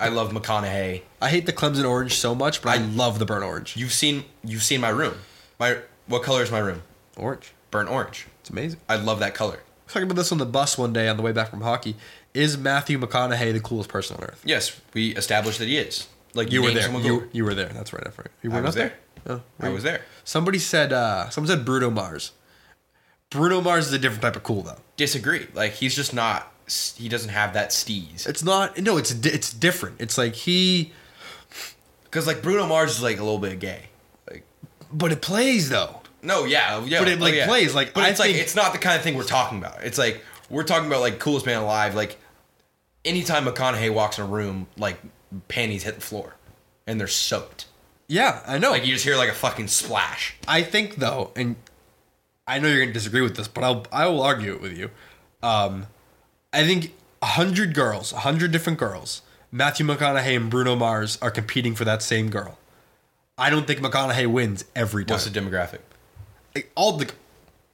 Speaker 4: I love McConaughey.
Speaker 3: I hate the Clemson orange so much, but I, love the burnt orange.
Speaker 4: You've seen you've seen my room. My what color is my room?
Speaker 3: Orange,
Speaker 4: Burnt orange.
Speaker 3: it's amazing. I
Speaker 4: I love that color.
Speaker 3: was talking about this on the bus one day on the way back from hockey. Is Matthew McConaughey the coolest person on earth?
Speaker 4: Yes, we established that he is. Like
Speaker 3: You were
Speaker 4: name
Speaker 3: there.
Speaker 4: someone
Speaker 3: You,
Speaker 4: cool.
Speaker 3: you were there. That's right. I forgot. You were
Speaker 4: I
Speaker 3: not
Speaker 4: was there.
Speaker 3: Oh,
Speaker 4: I was there.
Speaker 3: Somebody said. uh Someone said Bruno Mars. Bruno Mars is a different type of cool though.
Speaker 4: Disagree. Like he's just not. He doesn't have that steez.
Speaker 3: It's not. No, it's di- it's different. It's like he.
Speaker 4: Because like Bruno Mars is like a little bit gay. Like
Speaker 3: But it plays though.
Speaker 4: no, yeah, yeah.
Speaker 3: But it, like,
Speaker 4: oh, yeah.
Speaker 3: plays, like,
Speaker 4: But
Speaker 3: I
Speaker 4: it's
Speaker 3: think-
Speaker 4: like it's not the kind of thing we're talking about. It's like we're talking about like coolest man alive. Like anytime McConaughey walks in a room, like panties hit the floor, and they're soaked.
Speaker 3: Yeah, I know.
Speaker 4: Like you just hear like a fucking splash.
Speaker 3: I think though, and I know you're going to disagree with this, but I'll I will argue it with you. Um, I think a hundred girls, a hundred different girls, Matthew McConaughey and Bruno Mars are competing for that same girl. I don't think McConaughey wins every time.
Speaker 4: What's the demographic?
Speaker 3: Like, All the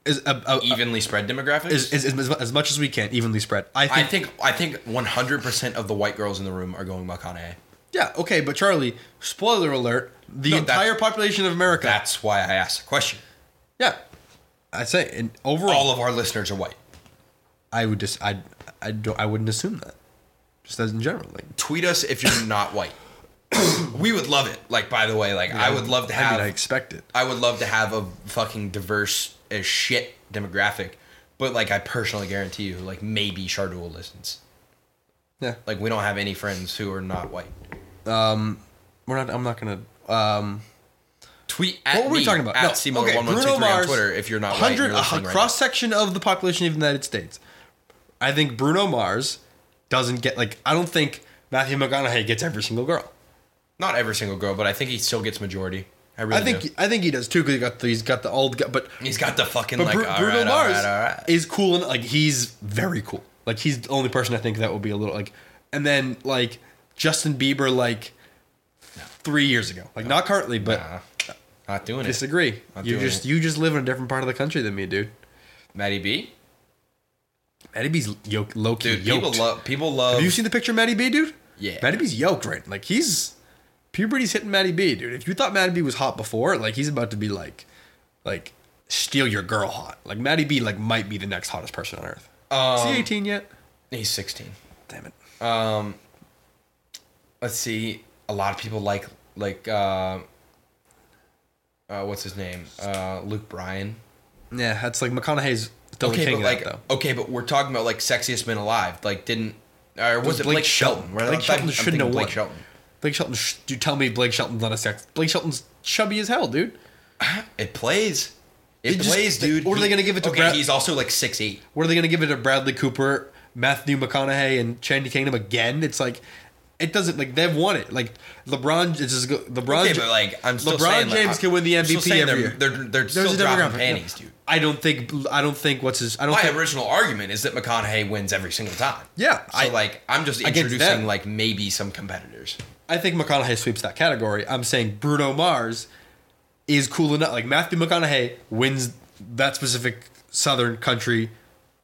Speaker 3: is uh, uh,
Speaker 4: Evenly spread demographics.
Speaker 3: is, is, is, as mu- as much as we can evenly spread. I think,
Speaker 4: I think I think 100% of the white girls in the room are going McConaughey.
Speaker 3: yeah okay, but Charlie, spoiler alert: the
Speaker 4: No, that's-
Speaker 3: entire population of America.
Speaker 4: That's why I asked the question.
Speaker 3: yeah, I say, and overall,
Speaker 4: All of our listeners are white.
Speaker 3: I would just I I don't I wouldn't assume that. Just as in general, like
Speaker 4: Tweet us if you're
Speaker 3: *coughs*
Speaker 4: not white. we would love it. Like by the way, like I would love to
Speaker 3: I
Speaker 4: have
Speaker 3: mean, I expect it.
Speaker 4: I would love to have a fucking diverse as shit demographic, but like I personally guarantee you, like maybe Shardul listens.
Speaker 3: Yeah, like
Speaker 4: Like we don't have any friends who are not white.
Speaker 3: we're not. I'm not gonna. Um,
Speaker 4: Tweet at
Speaker 3: what were we
Speaker 4: me,
Speaker 3: talking about?
Speaker 4: At Seymour
Speaker 3: okay,
Speaker 4: one one two three on Twitter if you're not white. and you're
Speaker 3: hundred a
Speaker 4: listening right
Speaker 3: cross section of the population of the United States. I think Bruno Mars doesn't get like. I don't think Matthew McConaughey gets every single girl.
Speaker 4: now. Not every single girl, but I think he still gets majority. I really
Speaker 3: I think
Speaker 4: do.
Speaker 3: I think he does too because he got the, he's got the old guy, but
Speaker 4: he's got the fucking
Speaker 3: but
Speaker 4: like
Speaker 3: Bru-
Speaker 4: all
Speaker 3: Bruno
Speaker 4: right, all
Speaker 3: Mars
Speaker 4: right, all right.
Speaker 3: is cool and like he's very cool. Like he's the only person I think that would be a little like, and then like Justin Bieber like three years ago, like not currently, but
Speaker 4: Nah, not doing it.
Speaker 3: disagree.
Speaker 4: Not
Speaker 3: You
Speaker 4: doing
Speaker 3: just
Speaker 4: it.
Speaker 3: you just live in a different part of the country than me, dude.
Speaker 4: Maddie B,
Speaker 3: Maddie B's yoked, low key
Speaker 4: dude.
Speaker 3: yoked.
Speaker 4: People love. People love.
Speaker 3: Have you seen the picture of Maddie B, dude?
Speaker 4: Yeah.
Speaker 3: Maddie B's yoked right. Like he's puberty's hitting Maddie B, dude. If you thought Maddie B was hot before, like he's about to be like, like steal your girl hot. Like Maddie B, like might be the next hottest person on earth. Is
Speaker 4: Um,
Speaker 3: he eighteen yet?
Speaker 4: He's sixteen.
Speaker 3: Damn it.
Speaker 4: Let's see. A lot of people like like uh, uh what's his name? Uh Luke Bryan.
Speaker 3: Yeah, that's like McConaughey's double
Speaker 4: Okay,
Speaker 3: king
Speaker 4: but
Speaker 3: of
Speaker 4: like oh,
Speaker 3: that though.
Speaker 4: okay, but we're talking about like sexiest men alive. Like didn't or was
Speaker 3: was
Speaker 4: it
Speaker 3: Blake
Speaker 4: Blake, Shelton?
Speaker 3: Shelton.
Speaker 4: right?
Speaker 3: Blake
Speaker 4: I'm
Speaker 3: Shelton
Speaker 4: thinking- I'm
Speaker 3: shouldn't
Speaker 4: thinking
Speaker 3: have
Speaker 4: Blake
Speaker 3: won.
Speaker 4: Shelton.
Speaker 3: Blake Shelton, sh- you tell me Blake Shelton's not a sex. Blake Shelton's chubby as hell, dude.
Speaker 4: It plays. It
Speaker 3: They just-
Speaker 4: plays,
Speaker 3: they-
Speaker 4: dude.
Speaker 3: or are they gonna give it to
Speaker 4: Okay,
Speaker 3: Brad-
Speaker 4: he's also like six eight.
Speaker 3: What are they gonna give it to Bradley Cooper, Matthew McConaughey, and Chandy Kingdom again? It's like it doesn't like they've won it. Like LeBron, it's just go- LeBron.
Speaker 4: Okay, but like I'm still
Speaker 3: LeBron
Speaker 4: saying, like,
Speaker 3: James
Speaker 4: I'm
Speaker 3: can win the
Speaker 4: still
Speaker 3: MVP
Speaker 4: saying
Speaker 3: every
Speaker 4: they're,
Speaker 3: year.
Speaker 4: They're, they're, still dropping panties, dude.
Speaker 3: I don't think I don't think what's his I don't
Speaker 4: My
Speaker 3: think
Speaker 4: original argument is that McConaughey wins every single time.
Speaker 3: Yeah,
Speaker 4: so
Speaker 3: I-
Speaker 4: like I'm just
Speaker 3: against them.
Speaker 4: introducing like maybe some competitors.
Speaker 3: I think McConaughey sweeps that category. I'm saying Bruno Mars is cool enough. Like Matthew McConaughey wins that specific Southern country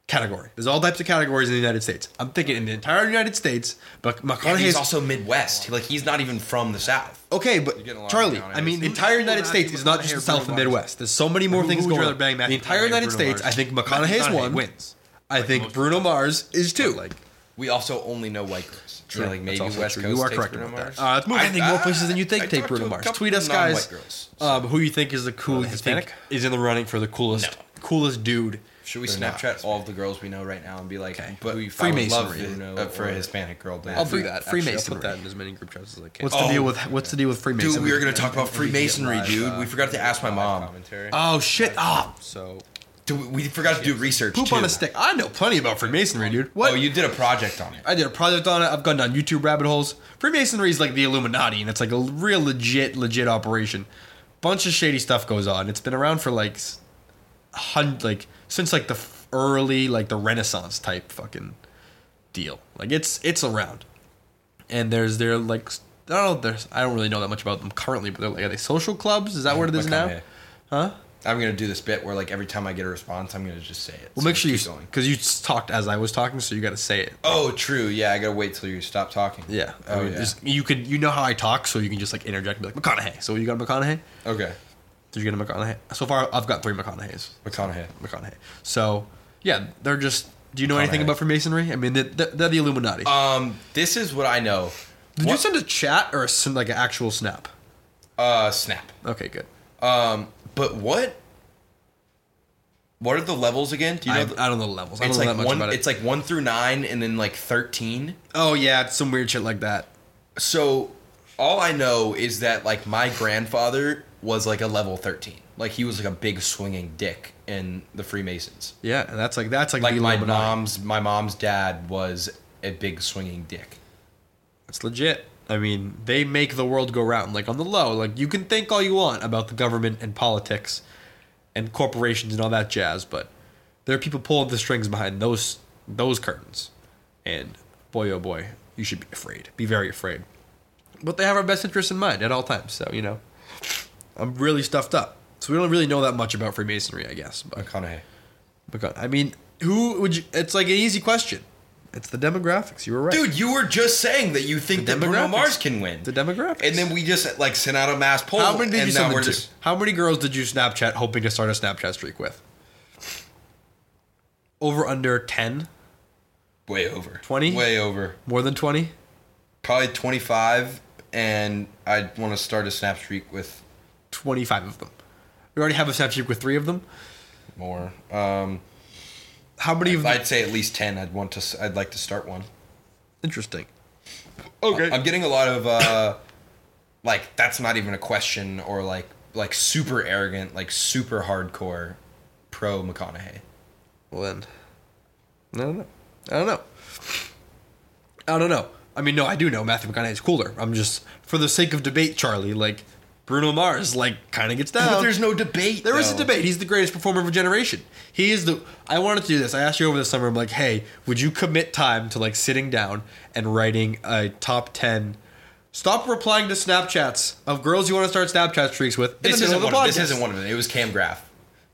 Speaker 3: category. There's all types of categories in the United States. I'm thinking in the entire United States, but
Speaker 4: And
Speaker 3: McConaughey's
Speaker 4: he's also Midwest. Like he's not even from the South.
Speaker 3: okay. But
Speaker 4: getting a lot
Speaker 3: Charlie,
Speaker 4: of down
Speaker 3: I mean, the
Speaker 1: areas.
Speaker 3: entire
Speaker 1: Who-
Speaker 3: United
Speaker 1: who
Speaker 3: States
Speaker 1: would
Speaker 3: is not
Speaker 1: McConaughey
Speaker 3: just the
Speaker 1: or
Speaker 3: South
Speaker 1: Bruno
Speaker 3: and
Speaker 1: Mars?
Speaker 3: Midwest. There's so many more
Speaker 1: who would
Speaker 3: things
Speaker 1: you
Speaker 3: going
Speaker 1: rather
Speaker 3: on.
Speaker 1: bang,
Speaker 3: the
Speaker 1: Matthew McConaughey
Speaker 3: entire
Speaker 1: or
Speaker 3: United
Speaker 1: Bruno
Speaker 3: States,
Speaker 1: Mars?
Speaker 3: I think McConaughey's
Speaker 1: McConaughey
Speaker 3: one.
Speaker 1: wins.
Speaker 3: I think
Speaker 1: most
Speaker 3: Bruno
Speaker 1: of the time.
Speaker 3: Mars is two. Like
Speaker 4: We also only know white girls. True. like maybe
Speaker 3: That's also
Speaker 4: West
Speaker 3: true.
Speaker 4: Coast.
Speaker 3: You are
Speaker 4: takes
Speaker 3: correct
Speaker 4: Bruno
Speaker 3: about
Speaker 4: Mars.
Speaker 3: that. Uh, it's moving. I think more places than you think
Speaker 4: I
Speaker 3: take
Speaker 4: talked
Speaker 3: Bruno
Speaker 4: to a
Speaker 3: Mars.
Speaker 4: couple
Speaker 3: Tweet us,
Speaker 4: non-white
Speaker 3: guys.
Speaker 4: girls.
Speaker 3: Um, who you think is the coolest? you think
Speaker 4: Hispanic?
Speaker 3: is in the running for the coolest,
Speaker 4: No.
Speaker 3: coolest dude?
Speaker 4: Should we
Speaker 3: They're not.
Speaker 4: Snapchat all of the girls we know right now and be like, but
Speaker 3: Who
Speaker 4: we
Speaker 3: you
Speaker 4: would love
Speaker 3: Freemasonry,
Speaker 4: to
Speaker 3: you know,
Speaker 4: uh, for
Speaker 3: or-
Speaker 4: a Hispanic girl band.
Speaker 3: I'll do that. actually. I'll
Speaker 1: Freemasonry.
Speaker 3: put that in as many group chats as I can.
Speaker 2: What's
Speaker 4: Oh.
Speaker 2: the deal with What's the deal with Freemasonry?
Speaker 4: Dude, we were gonna talk about Freemasonry, dude. We
Speaker 3: uh,
Speaker 4: forgot to ask my mom. Uh,
Speaker 1: Commentary.
Speaker 3: oh shit! Ah,
Speaker 1: so
Speaker 4: Dude, we forgot to do research.
Speaker 3: poop
Speaker 4: too.
Speaker 3: on a stick. I know plenty about Freemasonry, dude. What?
Speaker 4: Oh, you did a project on it.
Speaker 3: I did a project on it. I've gone down YouTube rabbit holes. Freemasonry is like the Illuminati, and it's like a real legit, legit operation. Bunch of shady stuff goes on. It's been around for like, s- hun- like since like the f- early like the Renaissance type fucking deal. Like it's it's around, and there's their like s- I don't know. if There's I don't really know that much about them currently, but they're like are they social clubs? Is that what it is now?
Speaker 4: Huh? I'm gonna do this bit where like every time I get a response, I'm gonna just say it.
Speaker 3: Well,
Speaker 4: So
Speaker 3: make sure you
Speaker 4: keep going.
Speaker 3: because you s- talked as I was talking, so you got to say it.
Speaker 4: Oh, true. Yeah, I gotta wait till you stop talking.
Speaker 3: Yeah.
Speaker 4: Oh,
Speaker 3: I mean,
Speaker 4: yeah.
Speaker 3: just- you could you know how I talk, so you can just like interject and be like McConaughey. So you got a McConaughey?
Speaker 4: Okay.
Speaker 3: Did you get a McConaughey? So far, I've got three McConaughey's.
Speaker 4: McConaughey.
Speaker 3: McConaughey. So yeah, they're just. Do you know anything
Speaker 4: McConaughey.
Speaker 3: about Freemasonry? I mean, they're, they're, they're the Illuminati.
Speaker 4: Um, this is what I know.
Speaker 3: Did you
Speaker 4: What-
Speaker 3: send a chat or a, sen- like an actual snap?
Speaker 4: uh snap?
Speaker 3: Okay, good.
Speaker 4: But what? What are the levels again? Do you know?
Speaker 3: I,
Speaker 4: the-
Speaker 3: I don't know the levels. I don't
Speaker 4: it's
Speaker 3: know
Speaker 4: like
Speaker 3: that much
Speaker 4: one.
Speaker 3: about it.
Speaker 4: It's like one through nine, and then like thirteen.
Speaker 3: oh yeah, it's some weird shit like that.
Speaker 4: So all I know is that like my grandfather was like a level thirteen. Like he was like a big swinging dick in the Freemasons.
Speaker 3: Yeah, and that's like that's like,
Speaker 4: Like
Speaker 3: the
Speaker 4: my
Speaker 3: Illuminati.
Speaker 4: mom's my mom's dad was a big swinging dick.
Speaker 3: It's legit. I mean, they make the world go round. Like on the low, like you can think all you want about the government and politics and corporations and all that jazz, but there are people pulling the strings behind those those curtains. And boy oh boy, you should be afraid. Be very afraid. But they have our best interests in mind at all times, so you know. I'm really stuffed up. So we don't really know that much about Freemasonry, I guess. But
Speaker 4: McConaughey.
Speaker 3: because I mean, who would you? It's like an easy question. It's the demographics. You were right,
Speaker 4: Dude, you were just saying that you think that Bruno
Speaker 3: demographics.
Speaker 4: Mars can win.
Speaker 3: The demographics.
Speaker 4: And then we just like sent out a mass poll.
Speaker 3: How many did
Speaker 4: and
Speaker 3: you
Speaker 4: now
Speaker 3: send
Speaker 4: we're
Speaker 3: it to?
Speaker 4: just-
Speaker 3: How many girls did you Snapchat hoping to start a Snapchat streak with? Over under 10?
Speaker 4: way over.
Speaker 3: 20?
Speaker 4: Way over.
Speaker 3: More than 20?
Speaker 4: Probably 25 and I want to start a snap streak with
Speaker 3: 25 of them. We already have a Snap streak with three of them.
Speaker 4: more. Um
Speaker 3: How many of them?
Speaker 4: I'd say at least 10. I'd want to s- I'd like to start one.
Speaker 3: Interesting.
Speaker 4: I'm getting a lot of uh like that's not even a question or like like super arrogant, like super hardcore pro McConaughey.
Speaker 3: Well then, I don't know. I don't know. I don't know. I mean, no, I do know Matthew McConaughey is cooler. I'm just for the sake of debate, Charlie. Like Bruno Mars, like kind of gets down.
Speaker 4: But there's no debate.
Speaker 3: There is a
Speaker 4: though.
Speaker 3: debate. He's the greatest performer of a generation. He is the. I wanted to do this. I asked you over the summer. I'm like, hey, would you commit time to like sitting down and writing a top ten? Stop replying to Snapchats of girls you want to start Snapchat streaks with. in
Speaker 4: This
Speaker 3: the middle
Speaker 4: isn't,
Speaker 3: of
Speaker 4: one
Speaker 3: the
Speaker 4: of, this
Speaker 3: podcast.
Speaker 4: isn't one of them. It was Cam Graph.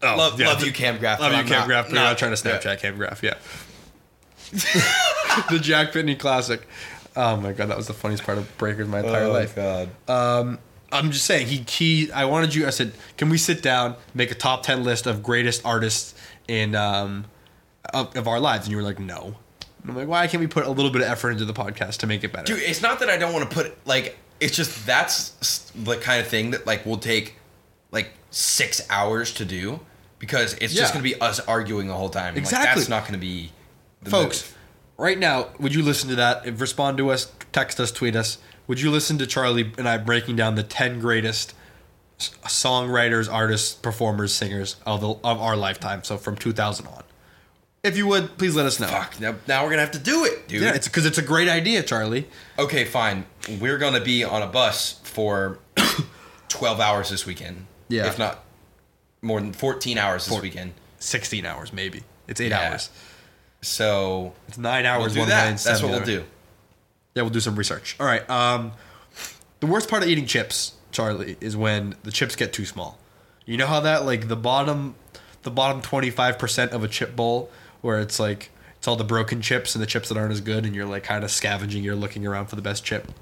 Speaker 3: Oh,
Speaker 4: love,
Speaker 3: yeah.
Speaker 4: love you, Cam Graph.
Speaker 3: Love
Speaker 4: but
Speaker 3: you,
Speaker 4: I'm
Speaker 3: Cam
Speaker 4: not-
Speaker 3: Graph. You're
Speaker 4: not-
Speaker 3: not trying to Snapchat Cam Graph. Yeah. *laughs* the Jack Pitney classic. Oh my god, that was the funniest part of Breakers my entire
Speaker 4: Oh,
Speaker 3: life. Uh,
Speaker 4: God.
Speaker 3: I'm just saying he he. I wanted you. I said, can we sit down, make a top ten list of greatest artists in um of, of our lives? And you were like, no. And I'm like, why can't we put a little bit of effort into the podcast to make it better?
Speaker 4: Dude, it's not that I don't want to put like it's just that's s- the kind of thing that like will take like 6 hours to do because it's
Speaker 3: Yeah.
Speaker 4: just going to be us arguing the whole time. Like,
Speaker 3: Exactly.
Speaker 4: that's not going to be the
Speaker 3: folks,
Speaker 4: move.
Speaker 3: right now, would you listen to that? If- Respond to us, text us, tweet us. Would you listen to Charlie and I breaking down the ten greatest s- songwriters, artists, performers, singers of the of our lifetime? So from 2000 on. If you would, please let us know.
Speaker 4: Fuck, now, now we're going to have to do it, dude.
Speaker 3: Yeah, it's because it's a great idea, Charlie.
Speaker 4: okay, fine. We're going to be on a bus for *coughs* 12 hours this weekend.
Speaker 3: Yeah.
Speaker 4: If not more than 14 hours this weekend.
Speaker 3: 16 hours maybe. It's eight
Speaker 4: Yeah.
Speaker 3: hours.
Speaker 4: So
Speaker 3: It's nine
Speaker 4: we'll
Speaker 3: hours.
Speaker 4: do
Speaker 3: one way
Speaker 4: that.
Speaker 3: and
Speaker 4: That's
Speaker 3: seven the
Speaker 4: what we'll
Speaker 3: other way.
Speaker 4: do.
Speaker 3: Yeah, we'll do some research. All right. Um, the worst part of eating chips, Charlie, is when the chips get too small. You know how that like the bottom, the bottom twenty five percent of a chip bowl, where it's like it's all the broken chips and the chips that aren't as good, and you're like kind of scavenging. You're looking around for the best chip.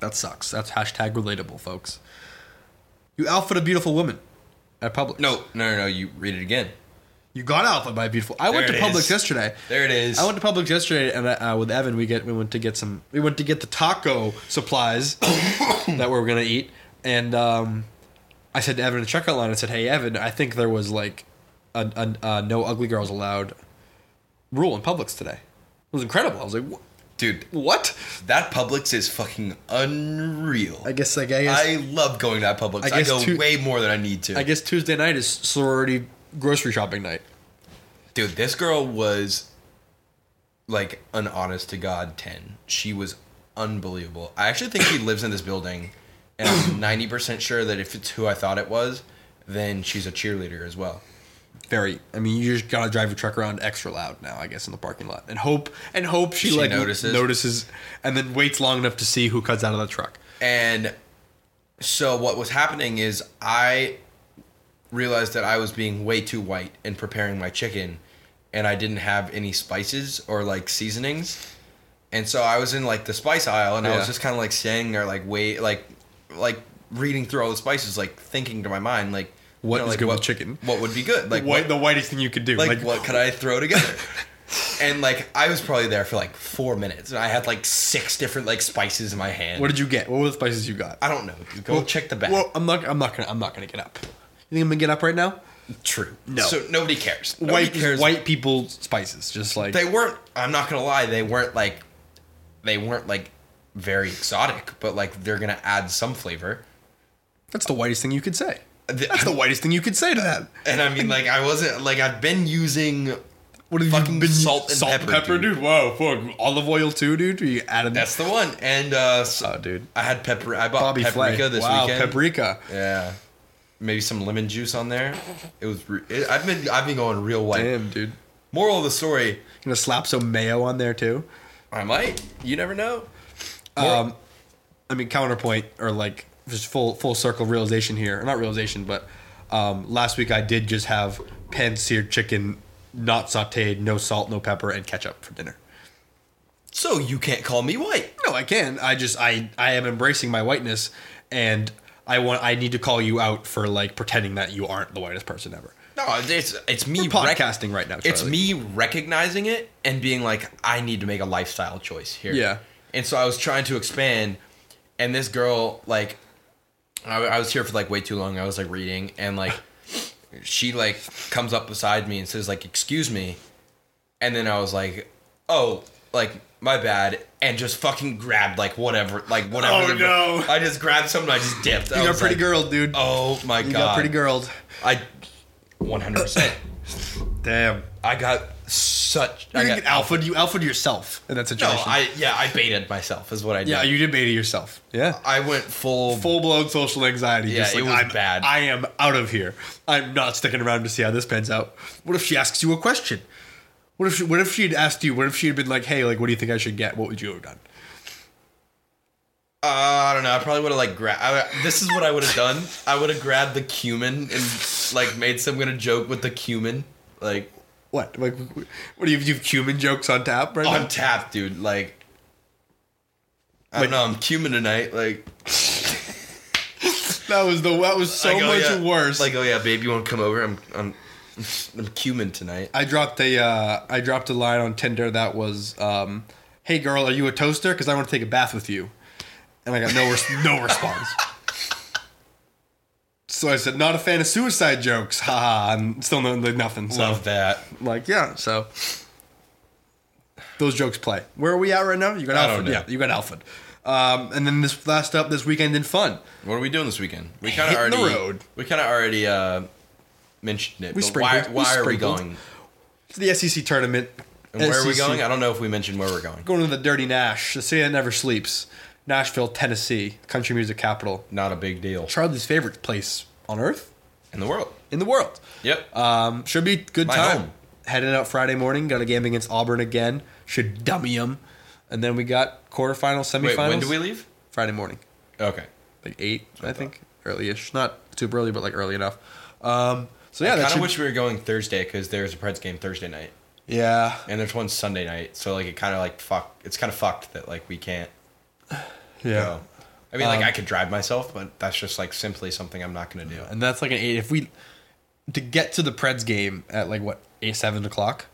Speaker 3: That sucks. That's hashtag relatable, folks. You alpha a beautiful woman at Publix.
Speaker 4: No, no, no, no. You read it again.
Speaker 3: you got alpha by a beautiful. I went to
Speaker 4: There it
Speaker 3: Publix
Speaker 4: is.
Speaker 3: yesterday.
Speaker 4: There it is.
Speaker 3: I went to Publix yesterday, and I, uh, with Evan, we get we went to get some. We went to get the taco supplies *coughs* that we were gonna eat, and um, I said to Evan in the checkout line, I said, "Hey, Evan, I think there was like a, a, a no ugly girls allowed rule in Publix today. It was incredible. I was like, "Wh-
Speaker 4: Dude,
Speaker 3: what?
Speaker 4: that Publix is fucking unreal.
Speaker 3: I guess like I guess
Speaker 4: I love going to that Publix.
Speaker 3: I
Speaker 4: I,
Speaker 3: guess
Speaker 4: go
Speaker 3: two-
Speaker 4: way more than I need to.
Speaker 3: I guess Tuesday night is sorority grocery shopping night.
Speaker 4: Dude, this girl was like an honest to God 10. She was unbelievable. I actually think she lives in this building, and I'm 90% sure that if it's who I thought it was, then she's a cheerleader as well.
Speaker 3: very. I mean, you just gotta drive your truck around extra loud now, I guess, in the parking lot, and hope and hope she,
Speaker 4: She
Speaker 3: like
Speaker 4: notices.
Speaker 3: notices, and then waits long enough to see who cuts out of the truck.
Speaker 4: And so what was happening is I realized that I was being way too white in preparing my chicken and I didn't have any spices or like seasonings. And so I was in like the spice aisle and I
Speaker 3: Yeah.
Speaker 4: was just kind of like standing there like wait like like reading through all the spices like thinking to my mind like
Speaker 3: What is
Speaker 4: like,
Speaker 3: good with
Speaker 4: what
Speaker 3: chicken?
Speaker 4: What would be good? Like
Speaker 3: White, the whitest thing you could do.
Speaker 4: like, what could I throw together? *laughs* and like I was probably there for like four minutes, and I had like six different like spices in my hand.
Speaker 3: What did you get? What were the spices you got?
Speaker 4: I don't know. dude. Go check the back.
Speaker 3: Well, I'm not. I'm not gonna. I'm not gonna get up. You think I'm gonna get up right now?
Speaker 4: True.
Speaker 3: No.
Speaker 4: So nobody cares. Nobody
Speaker 3: White
Speaker 4: cares.
Speaker 3: white people spices, just like
Speaker 4: They weren't. I'm not gonna lie. They weren't like. They weren't like very exotic, but like they're gonna add some flavor.
Speaker 3: that's the whitest thing you could say.
Speaker 4: The-
Speaker 3: That's the whitest thing you could say to that.
Speaker 4: And I mean, like I wasn't like I've been using.
Speaker 3: What have
Speaker 4: Fucking salt and pepper,
Speaker 3: dude.
Speaker 4: dude.
Speaker 3: Wow, fuck olive oil too, dude. You added
Speaker 4: That's the one. And uh, so
Speaker 3: oh, dude.
Speaker 4: I had pepper. I bought
Speaker 3: Bobby
Speaker 4: paprika
Speaker 3: Flay.
Speaker 4: this
Speaker 3: wow,
Speaker 4: weekend.
Speaker 3: paprika.
Speaker 4: Yeah. Maybe some lemon juice on there. It was. Re- it, I've been. I've been going real white.
Speaker 3: Damn, dude.
Speaker 4: Moral of the story.
Speaker 3: gonna slap some mayo on there too.
Speaker 4: I might. You never know.
Speaker 3: Um, I mean, counterpoint or like just full full circle realization here, or not realization, but um, last week I did just have pan seared chicken, not sautéed, no salt, no pepper, and ketchup for dinner.
Speaker 4: So you can't call me white.
Speaker 3: No, I can. I just I I am embracing my whiteness, and I want I need to call you out for like pretending that you aren't the whitest person ever.
Speaker 4: No, it's it's me
Speaker 3: We're
Speaker 4: rec-
Speaker 3: podcasting right now.
Speaker 4: It's
Speaker 3: Charlie.
Speaker 4: me recognizing it and being like, I need to make a lifestyle choice here.
Speaker 3: Yeah.
Speaker 4: And so I was trying to expand, and this girl like, I, I was here for like way too long. I was like reading,
Speaker 3: *sighs*
Speaker 4: and like, she like comes up beside me and says like, "Excuse me," and then I was like, "Oh, like." My bad, and just fucking grabbed like whatever, like whatever.
Speaker 3: Oh,
Speaker 4: the-
Speaker 3: no.
Speaker 4: I just grabbed something. I just dipped. I
Speaker 3: You got
Speaker 4: was
Speaker 3: pretty
Speaker 4: like,
Speaker 3: girl, dude.
Speaker 4: Oh my
Speaker 3: you
Speaker 4: god,
Speaker 3: got pretty girled.
Speaker 4: I, one hundred percent.
Speaker 3: Damn.
Speaker 4: I got such.
Speaker 3: You
Speaker 4: I got,
Speaker 3: alpha alphaed. You alphaed yourself in that
Speaker 4: no,
Speaker 3: situation.
Speaker 4: I yeah, I baited myself is what I did.
Speaker 3: yeah, you did bait it yourself. Yeah.
Speaker 4: I went full.
Speaker 3: Full blown social anxiety.
Speaker 4: Yeah,
Speaker 3: just like,
Speaker 4: it was
Speaker 3: I'm,
Speaker 4: bad.
Speaker 3: I am out of here. I'm not sticking around to see how this pans out. What if she asks you a question? What if she, what if she had asked you? What if she had been like, "Hey, like, what do you think I should get? What would you have done?"
Speaker 4: Uh, I don't know. I probably would have like grabbed. This is what I would have done. I would have grabbed the cumin and like made some kind of joke with the cumin, like
Speaker 3: What? Like, what do you, you have human jokes on tap right
Speaker 4: on
Speaker 3: now?
Speaker 4: tap, dude. Like I don't know. I'm cumin tonight. Like
Speaker 3: That was the that was so
Speaker 4: like, oh,
Speaker 3: much
Speaker 4: yeah.
Speaker 3: worse.
Speaker 4: Like oh yeah, babe, you want to come over? I'm I'm I'm cumin tonight.
Speaker 3: I dropped a uh, I dropped a line on Tinder that was, um, "Hey girl, are you a toaster? Because I want to take a bath with you," and I got no res- no response. So I said, "Not a fan of suicide jokes." Ha ha! And still no, like nothing. So
Speaker 4: Love that.
Speaker 3: like yeah. So those jokes play. Where are we at right now? You got
Speaker 4: I
Speaker 3: Alfred.
Speaker 4: don't know.
Speaker 3: Yeah, you got Alfred. Um, and then this last up this weekend in fun.
Speaker 4: What are we doing this weekend? We kind of
Speaker 3: Hitting
Speaker 4: already
Speaker 3: the road.
Speaker 4: we kind of already uh mentioned it.
Speaker 3: We
Speaker 4: but why
Speaker 3: sprinkled. We
Speaker 4: why are we
Speaker 3: sprinkled. E
Speaker 4: going?
Speaker 3: It's the SEC tournament.
Speaker 4: And where are we
Speaker 3: SEC
Speaker 4: going? I don't know if we mentioned where we're going.
Speaker 3: going to the Dirty Nash, the city that never sleeps, Nashville, Tennessee, country music capital.
Speaker 4: Not a big deal
Speaker 3: Charlie's favorite place on earth
Speaker 4: in the world.
Speaker 3: in the world.
Speaker 4: Yep.
Speaker 3: Um, should be good
Speaker 4: My
Speaker 3: time.
Speaker 4: home.
Speaker 3: Heading out Friday morning, got a game against Auburn again. Should dummy them, and then we got quarterfinals,
Speaker 4: Wait,
Speaker 3: semifinals.
Speaker 4: when do we leave?
Speaker 3: Friday morning,
Speaker 4: Okay.
Speaker 3: like eight, I,
Speaker 4: I
Speaker 3: think, early-ish. Not super early, but like early enough. Um, so yeah,
Speaker 4: I
Speaker 3: that
Speaker 4: kind of
Speaker 3: should,
Speaker 4: wish we were going Thursday because there's a Preds game Thursday night,
Speaker 3: yeah.
Speaker 4: and there's one Sunday night. So like it kind of like fuck. It's kind of fucked that like we can't.
Speaker 3: yeah, Um,
Speaker 4: Go. I mean, like I could drive myself, but that's just like simply something I'm not gonna do.
Speaker 3: and that's like an eight. If we to get to the Preds game at like what eight seven o'clock,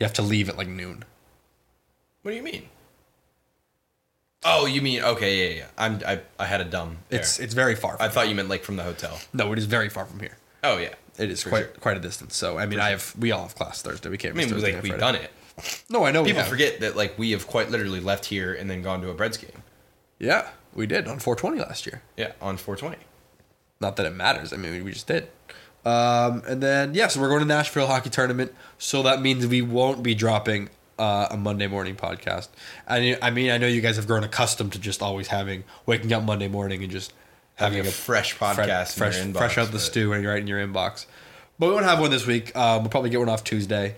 Speaker 3: you have to leave at like noon.
Speaker 4: What do you mean? Oh, you mean okay? Yeah, yeah. yeah. I'm I, I had a dumb. there.
Speaker 3: It's it's very far. From
Speaker 4: I thought you meant like from the hotel.
Speaker 3: no, it is very far from here.
Speaker 4: Oh yeah,
Speaker 3: It is
Speaker 4: For
Speaker 3: quite
Speaker 4: sure.
Speaker 3: quite a distance. So I mean, I have we all have class Thursday. We can't.
Speaker 4: I mean,
Speaker 3: miss Thursday
Speaker 4: like
Speaker 3: and
Speaker 4: we've
Speaker 3: Friday.
Speaker 4: done it.
Speaker 3: No, I know. we
Speaker 4: People
Speaker 3: have.
Speaker 4: forget that like we have quite literally left here and then gone to a Breads game.
Speaker 3: Yeah, we did on 420 last year.
Speaker 4: Yeah, on 420.
Speaker 3: Not that it matters. I mean, we just did. Um, and then yeah, so we're going to Nashville hockey tournament. So that means we won't be dropping uh, a Monday morning podcast. I I mean, I know you guys have grown accustomed to just always having waking up Monday morning and just
Speaker 4: Having,
Speaker 3: having
Speaker 4: a, fresh podcast,
Speaker 3: fresh,
Speaker 4: in your
Speaker 3: fresh
Speaker 4: inbox,
Speaker 3: out the
Speaker 4: but
Speaker 3: stew and right in your inbox. But we won't have one this week. Uh, we'll probably get one off Tuesday,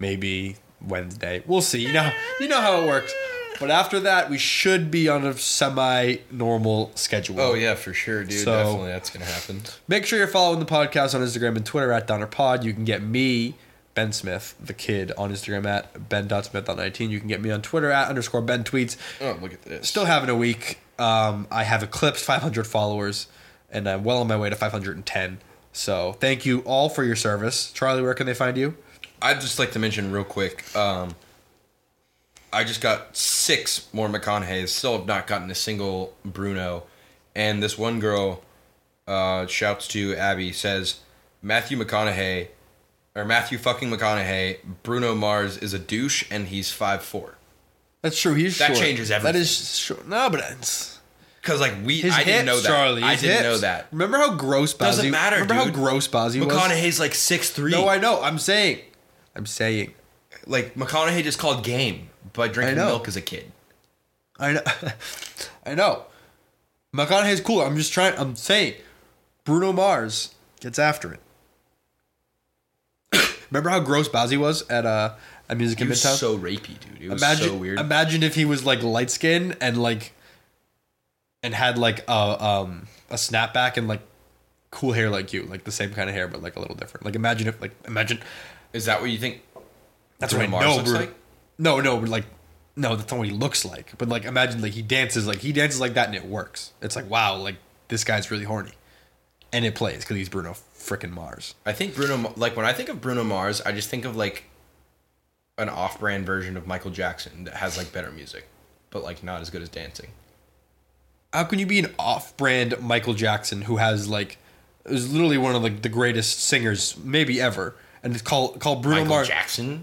Speaker 3: maybe Wednesday. We'll see. You know, you know how it works. But after that, we should be on a semi-normal schedule.
Speaker 4: Oh yeah, for sure, dude.
Speaker 3: So-
Speaker 4: Definitely, that's gonna happen.
Speaker 3: Make sure you're following the podcast on Instagram and Twitter at Downer Pod. You can get me, Ben Smith, the kid, on Instagram at ben.smith.19. You can get me on Twitter at underscore Ben Tweets.
Speaker 4: Oh, look at this.
Speaker 3: Still having a week. Um, I have eclipsed 500 followers, and I'm well on my way to 510. So thank you all for your service. Charlie, where can they find you?
Speaker 4: I'd just like to mention real quick. Um, I just got six more McConaughey's. Still have not gotten a single Bruno. And this one girl, uh, shouts to Abby, says Matthew McConaughey, or Matthew fucking McConaughey. Bruno Mars is a douche, and he's five four.
Speaker 3: That's true. He's
Speaker 4: That
Speaker 3: short.
Speaker 4: changes everything.
Speaker 3: That is short. No, but it's,
Speaker 4: Cause like we,
Speaker 3: his
Speaker 4: I
Speaker 3: hips,
Speaker 4: didn't know that.
Speaker 3: Charlie.
Speaker 4: I
Speaker 3: his
Speaker 4: didn't
Speaker 3: hips.
Speaker 4: know that.
Speaker 3: Remember how gross Bozzy?
Speaker 4: Doesn't matter.
Speaker 3: Remember
Speaker 4: dude.
Speaker 3: how gross Bozzy was?
Speaker 4: McConaughey's like six three.
Speaker 3: No, I know. I'm saying. I'm saying.
Speaker 4: like McConaughey just called game by drinking
Speaker 3: know.
Speaker 4: milk as a kid.
Speaker 3: I know. *laughs* I know. McConaughey's cool. I'm just trying. I'm saying. Bruno Mars gets after it. *coughs* Remember how gross Bazzi was at uh at Music
Speaker 4: He
Speaker 3: in
Speaker 4: was
Speaker 3: Midtown?
Speaker 4: so rapey, dude. It was
Speaker 3: imagine,
Speaker 4: so weird.
Speaker 3: Imagine if he was like light skinned and like and had like a um a snapback and like cool hair like you, like the same kind of hair but like a little different. Like imagine if like imagine
Speaker 4: Is that what you think?
Speaker 3: That's
Speaker 4: Bruno
Speaker 3: what I
Speaker 4: Mars
Speaker 3: know.
Speaker 4: looks
Speaker 3: Bruno-
Speaker 4: like?
Speaker 3: No, no, but like, no, that's not what he looks like. But like, imagine like he dances like he dances like that and it works. It's like wow, like this guy's really horny, and it plays because he's Bruno freaking Mars.
Speaker 4: I think Bruno, like when I think of Bruno Mars, I just think of like an off-brand version of Michael Jackson that has like better music, but like not as good as dancing.
Speaker 3: How can you be an off-brand Michael Jackson who has like is literally one of like the greatest singers maybe ever, and it's called called Bruno
Speaker 4: Michael
Speaker 3: Mars.
Speaker 4: Jackson.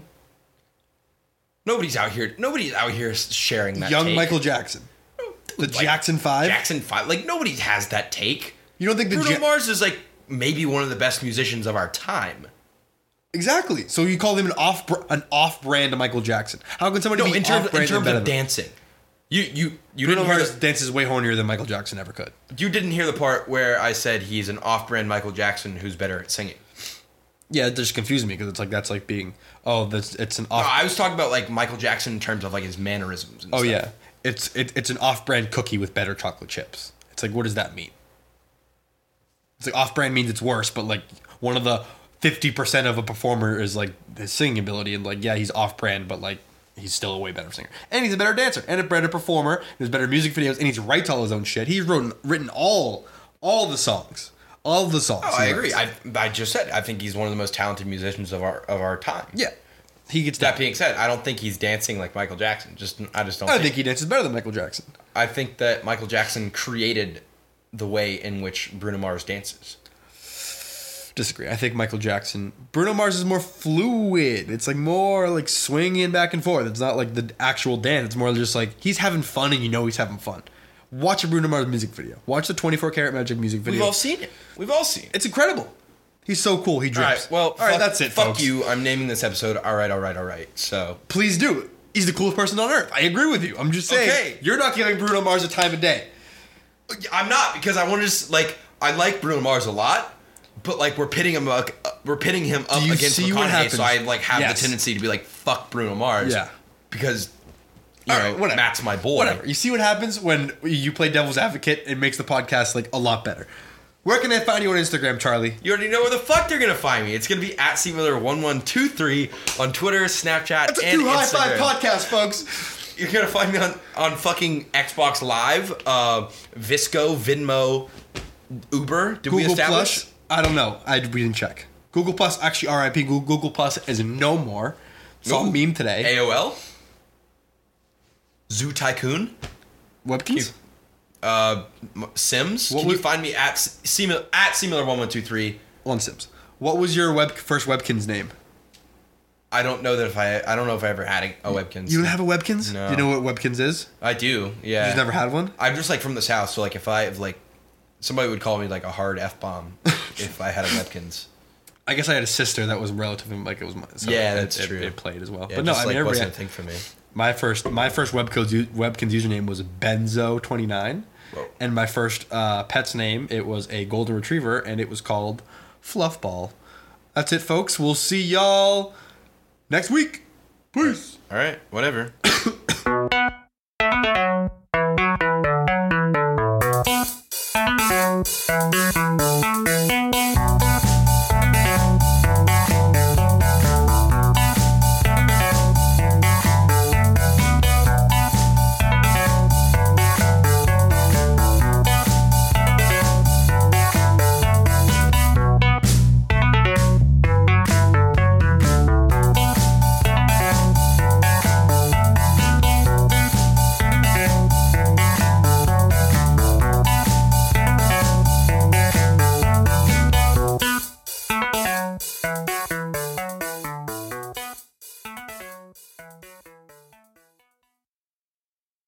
Speaker 4: Nobody's out here. Nobody's out here sharing that.
Speaker 3: Young
Speaker 4: take.
Speaker 3: Michael Jackson, the
Speaker 4: Like,
Speaker 3: Jackson Five.
Speaker 4: Jackson Five. Like nobody has that take.
Speaker 3: You don't think the
Speaker 4: Bruno
Speaker 3: Ja-
Speaker 4: Mars is like maybe one of the best musicians of our time.
Speaker 3: exactly? So you call him an off an off-brand Michael Jackson? How can somebody
Speaker 4: No,
Speaker 3: be
Speaker 4: in terms,
Speaker 3: off-brand
Speaker 4: in
Speaker 3: and
Speaker 4: terms
Speaker 3: better
Speaker 4: of
Speaker 3: than-
Speaker 4: dancing. You you you
Speaker 3: Bruno
Speaker 4: didn't hear
Speaker 3: Mars
Speaker 4: the-
Speaker 3: dances way hornier than Michael Jackson ever could.
Speaker 4: you didn't hear the part where I said he's an off-brand Michael Jackson who's better at singing.
Speaker 3: Yeah, it just confused me because it's like that's like being oh that's it's an
Speaker 4: No,
Speaker 3: off
Speaker 4: I was talking about like Michael Jackson in terms of like his mannerisms. And
Speaker 3: oh
Speaker 4: stuff.
Speaker 3: yeah it's it, it's an off-brand cookie with better chocolate chips. It's like what does that mean? It's like off-brand means it's worse, but like one of the fifty percent of a performer is like his singing ability, and like yeah he's off-brand, but like he's still a way better singer, and he's a better dancer, and a better performer, and has better music videos, and he's writes all his own shit. He's written written all all the songs, all the songs.
Speaker 4: Oh,
Speaker 3: he
Speaker 4: I agree.
Speaker 3: writes.
Speaker 4: I I just said I think he's one of the most talented musicians of our of our time.
Speaker 3: yeah, he gets
Speaker 4: That being said, I don't think he's dancing like Michael Jackson. Just I just don't.
Speaker 3: I
Speaker 4: think,
Speaker 3: think he dances better than Michael Jackson.
Speaker 4: I think that Michael Jackson created the way in which Bruno Mars dances.
Speaker 3: Disagree. I think Michael Jackson, Bruno Mars is more fluid. It's like more like swinging back and forth. It's not like the actual dance. It's more just like he's having fun, and you know he's having fun. Watch a Bruno Mars music video. Watch the 24 Karat Magic music video.
Speaker 4: We've all seen it. We've all seen it.
Speaker 3: it's incredible. He's so cool. He
Speaker 4: All
Speaker 3: drips.
Speaker 4: right. Well,
Speaker 3: all right.
Speaker 4: fuck-
Speaker 3: That's it.
Speaker 4: Fuck
Speaker 3: folks.
Speaker 4: you. I'm naming this episode. All right. All right. All right. So
Speaker 3: Please do. it. He's the coolest person on earth. I agree with you. I'm just saying.
Speaker 4: Okay.
Speaker 3: You're not giving Bruno Mars a time of day.
Speaker 4: I'm not because I want to just like I like Bruno Mars a lot, but like we're pitting him up, uh, we're pitting him up
Speaker 3: you
Speaker 4: against
Speaker 3: see
Speaker 4: McConaughey.
Speaker 3: what
Speaker 4: So I
Speaker 3: happens?
Speaker 4: like have
Speaker 3: Yes.
Speaker 4: the tendency to be like fuck Bruno Mars.
Speaker 3: Yeah.
Speaker 4: because you know Matt's my boy.
Speaker 3: Whatever. You see what happens when you play devil's advocate? It makes the podcast like a lot better. Where can they find you on Instagram, Charlie?
Speaker 4: You already know where the fuck they're gonna find me. It's gonna be at cmiller1123 on Twitter, Snapchat,
Speaker 3: It's a
Speaker 4: and
Speaker 3: two high
Speaker 4: Instagram.
Speaker 3: five podcast, folks.
Speaker 4: You're gonna find me on on fucking Xbox Live, uh, Visco, Venmo, Uber. Did we
Speaker 3: Google
Speaker 4: establish?
Speaker 3: Plus. I don't know. I we didn't check. Google Plus actually RIP. Google, Google Plus is no more. Saw a
Speaker 4: Ooh.
Speaker 3: meme today.
Speaker 4: AOL, Zoo Tycoon,
Speaker 3: Webkins.
Speaker 4: uh, M- Sims.
Speaker 3: What
Speaker 4: Can you
Speaker 3: was-
Speaker 4: find me at S- Cmil- at Cmiller1123?
Speaker 3: On Sims. What was your web first Webkins name?
Speaker 4: I don't know that if I I don't know if I ever had a, a Webkins.
Speaker 3: You don't have a Webkins?
Speaker 4: No.
Speaker 3: Do you know what Webkins is?
Speaker 4: I do. Yeah.
Speaker 3: You've never had one?
Speaker 4: I'm just like from the south, so like if I have like somebody would call me like a hard f
Speaker 3: *laughs*
Speaker 4: bomb if I had a Webkins.
Speaker 3: I guess I had a sister that was relatively like it was my so
Speaker 4: Yeah,
Speaker 3: it-
Speaker 4: that's
Speaker 3: it,
Speaker 4: true.
Speaker 3: It played as well.
Speaker 4: Yeah,
Speaker 3: but no,
Speaker 4: just,
Speaker 3: I mean
Speaker 4: like,
Speaker 3: everybody
Speaker 4: wasn't a
Speaker 3: had-
Speaker 4: thing for me.
Speaker 3: My first my first webcodes u- webkins username was benzo29
Speaker 4: Whoa.
Speaker 3: and my first uh, pet's name it was a golden retriever and it was called Fluffball. That's it, folks. We'll see y'all next week. Peace.
Speaker 4: All right, whatever.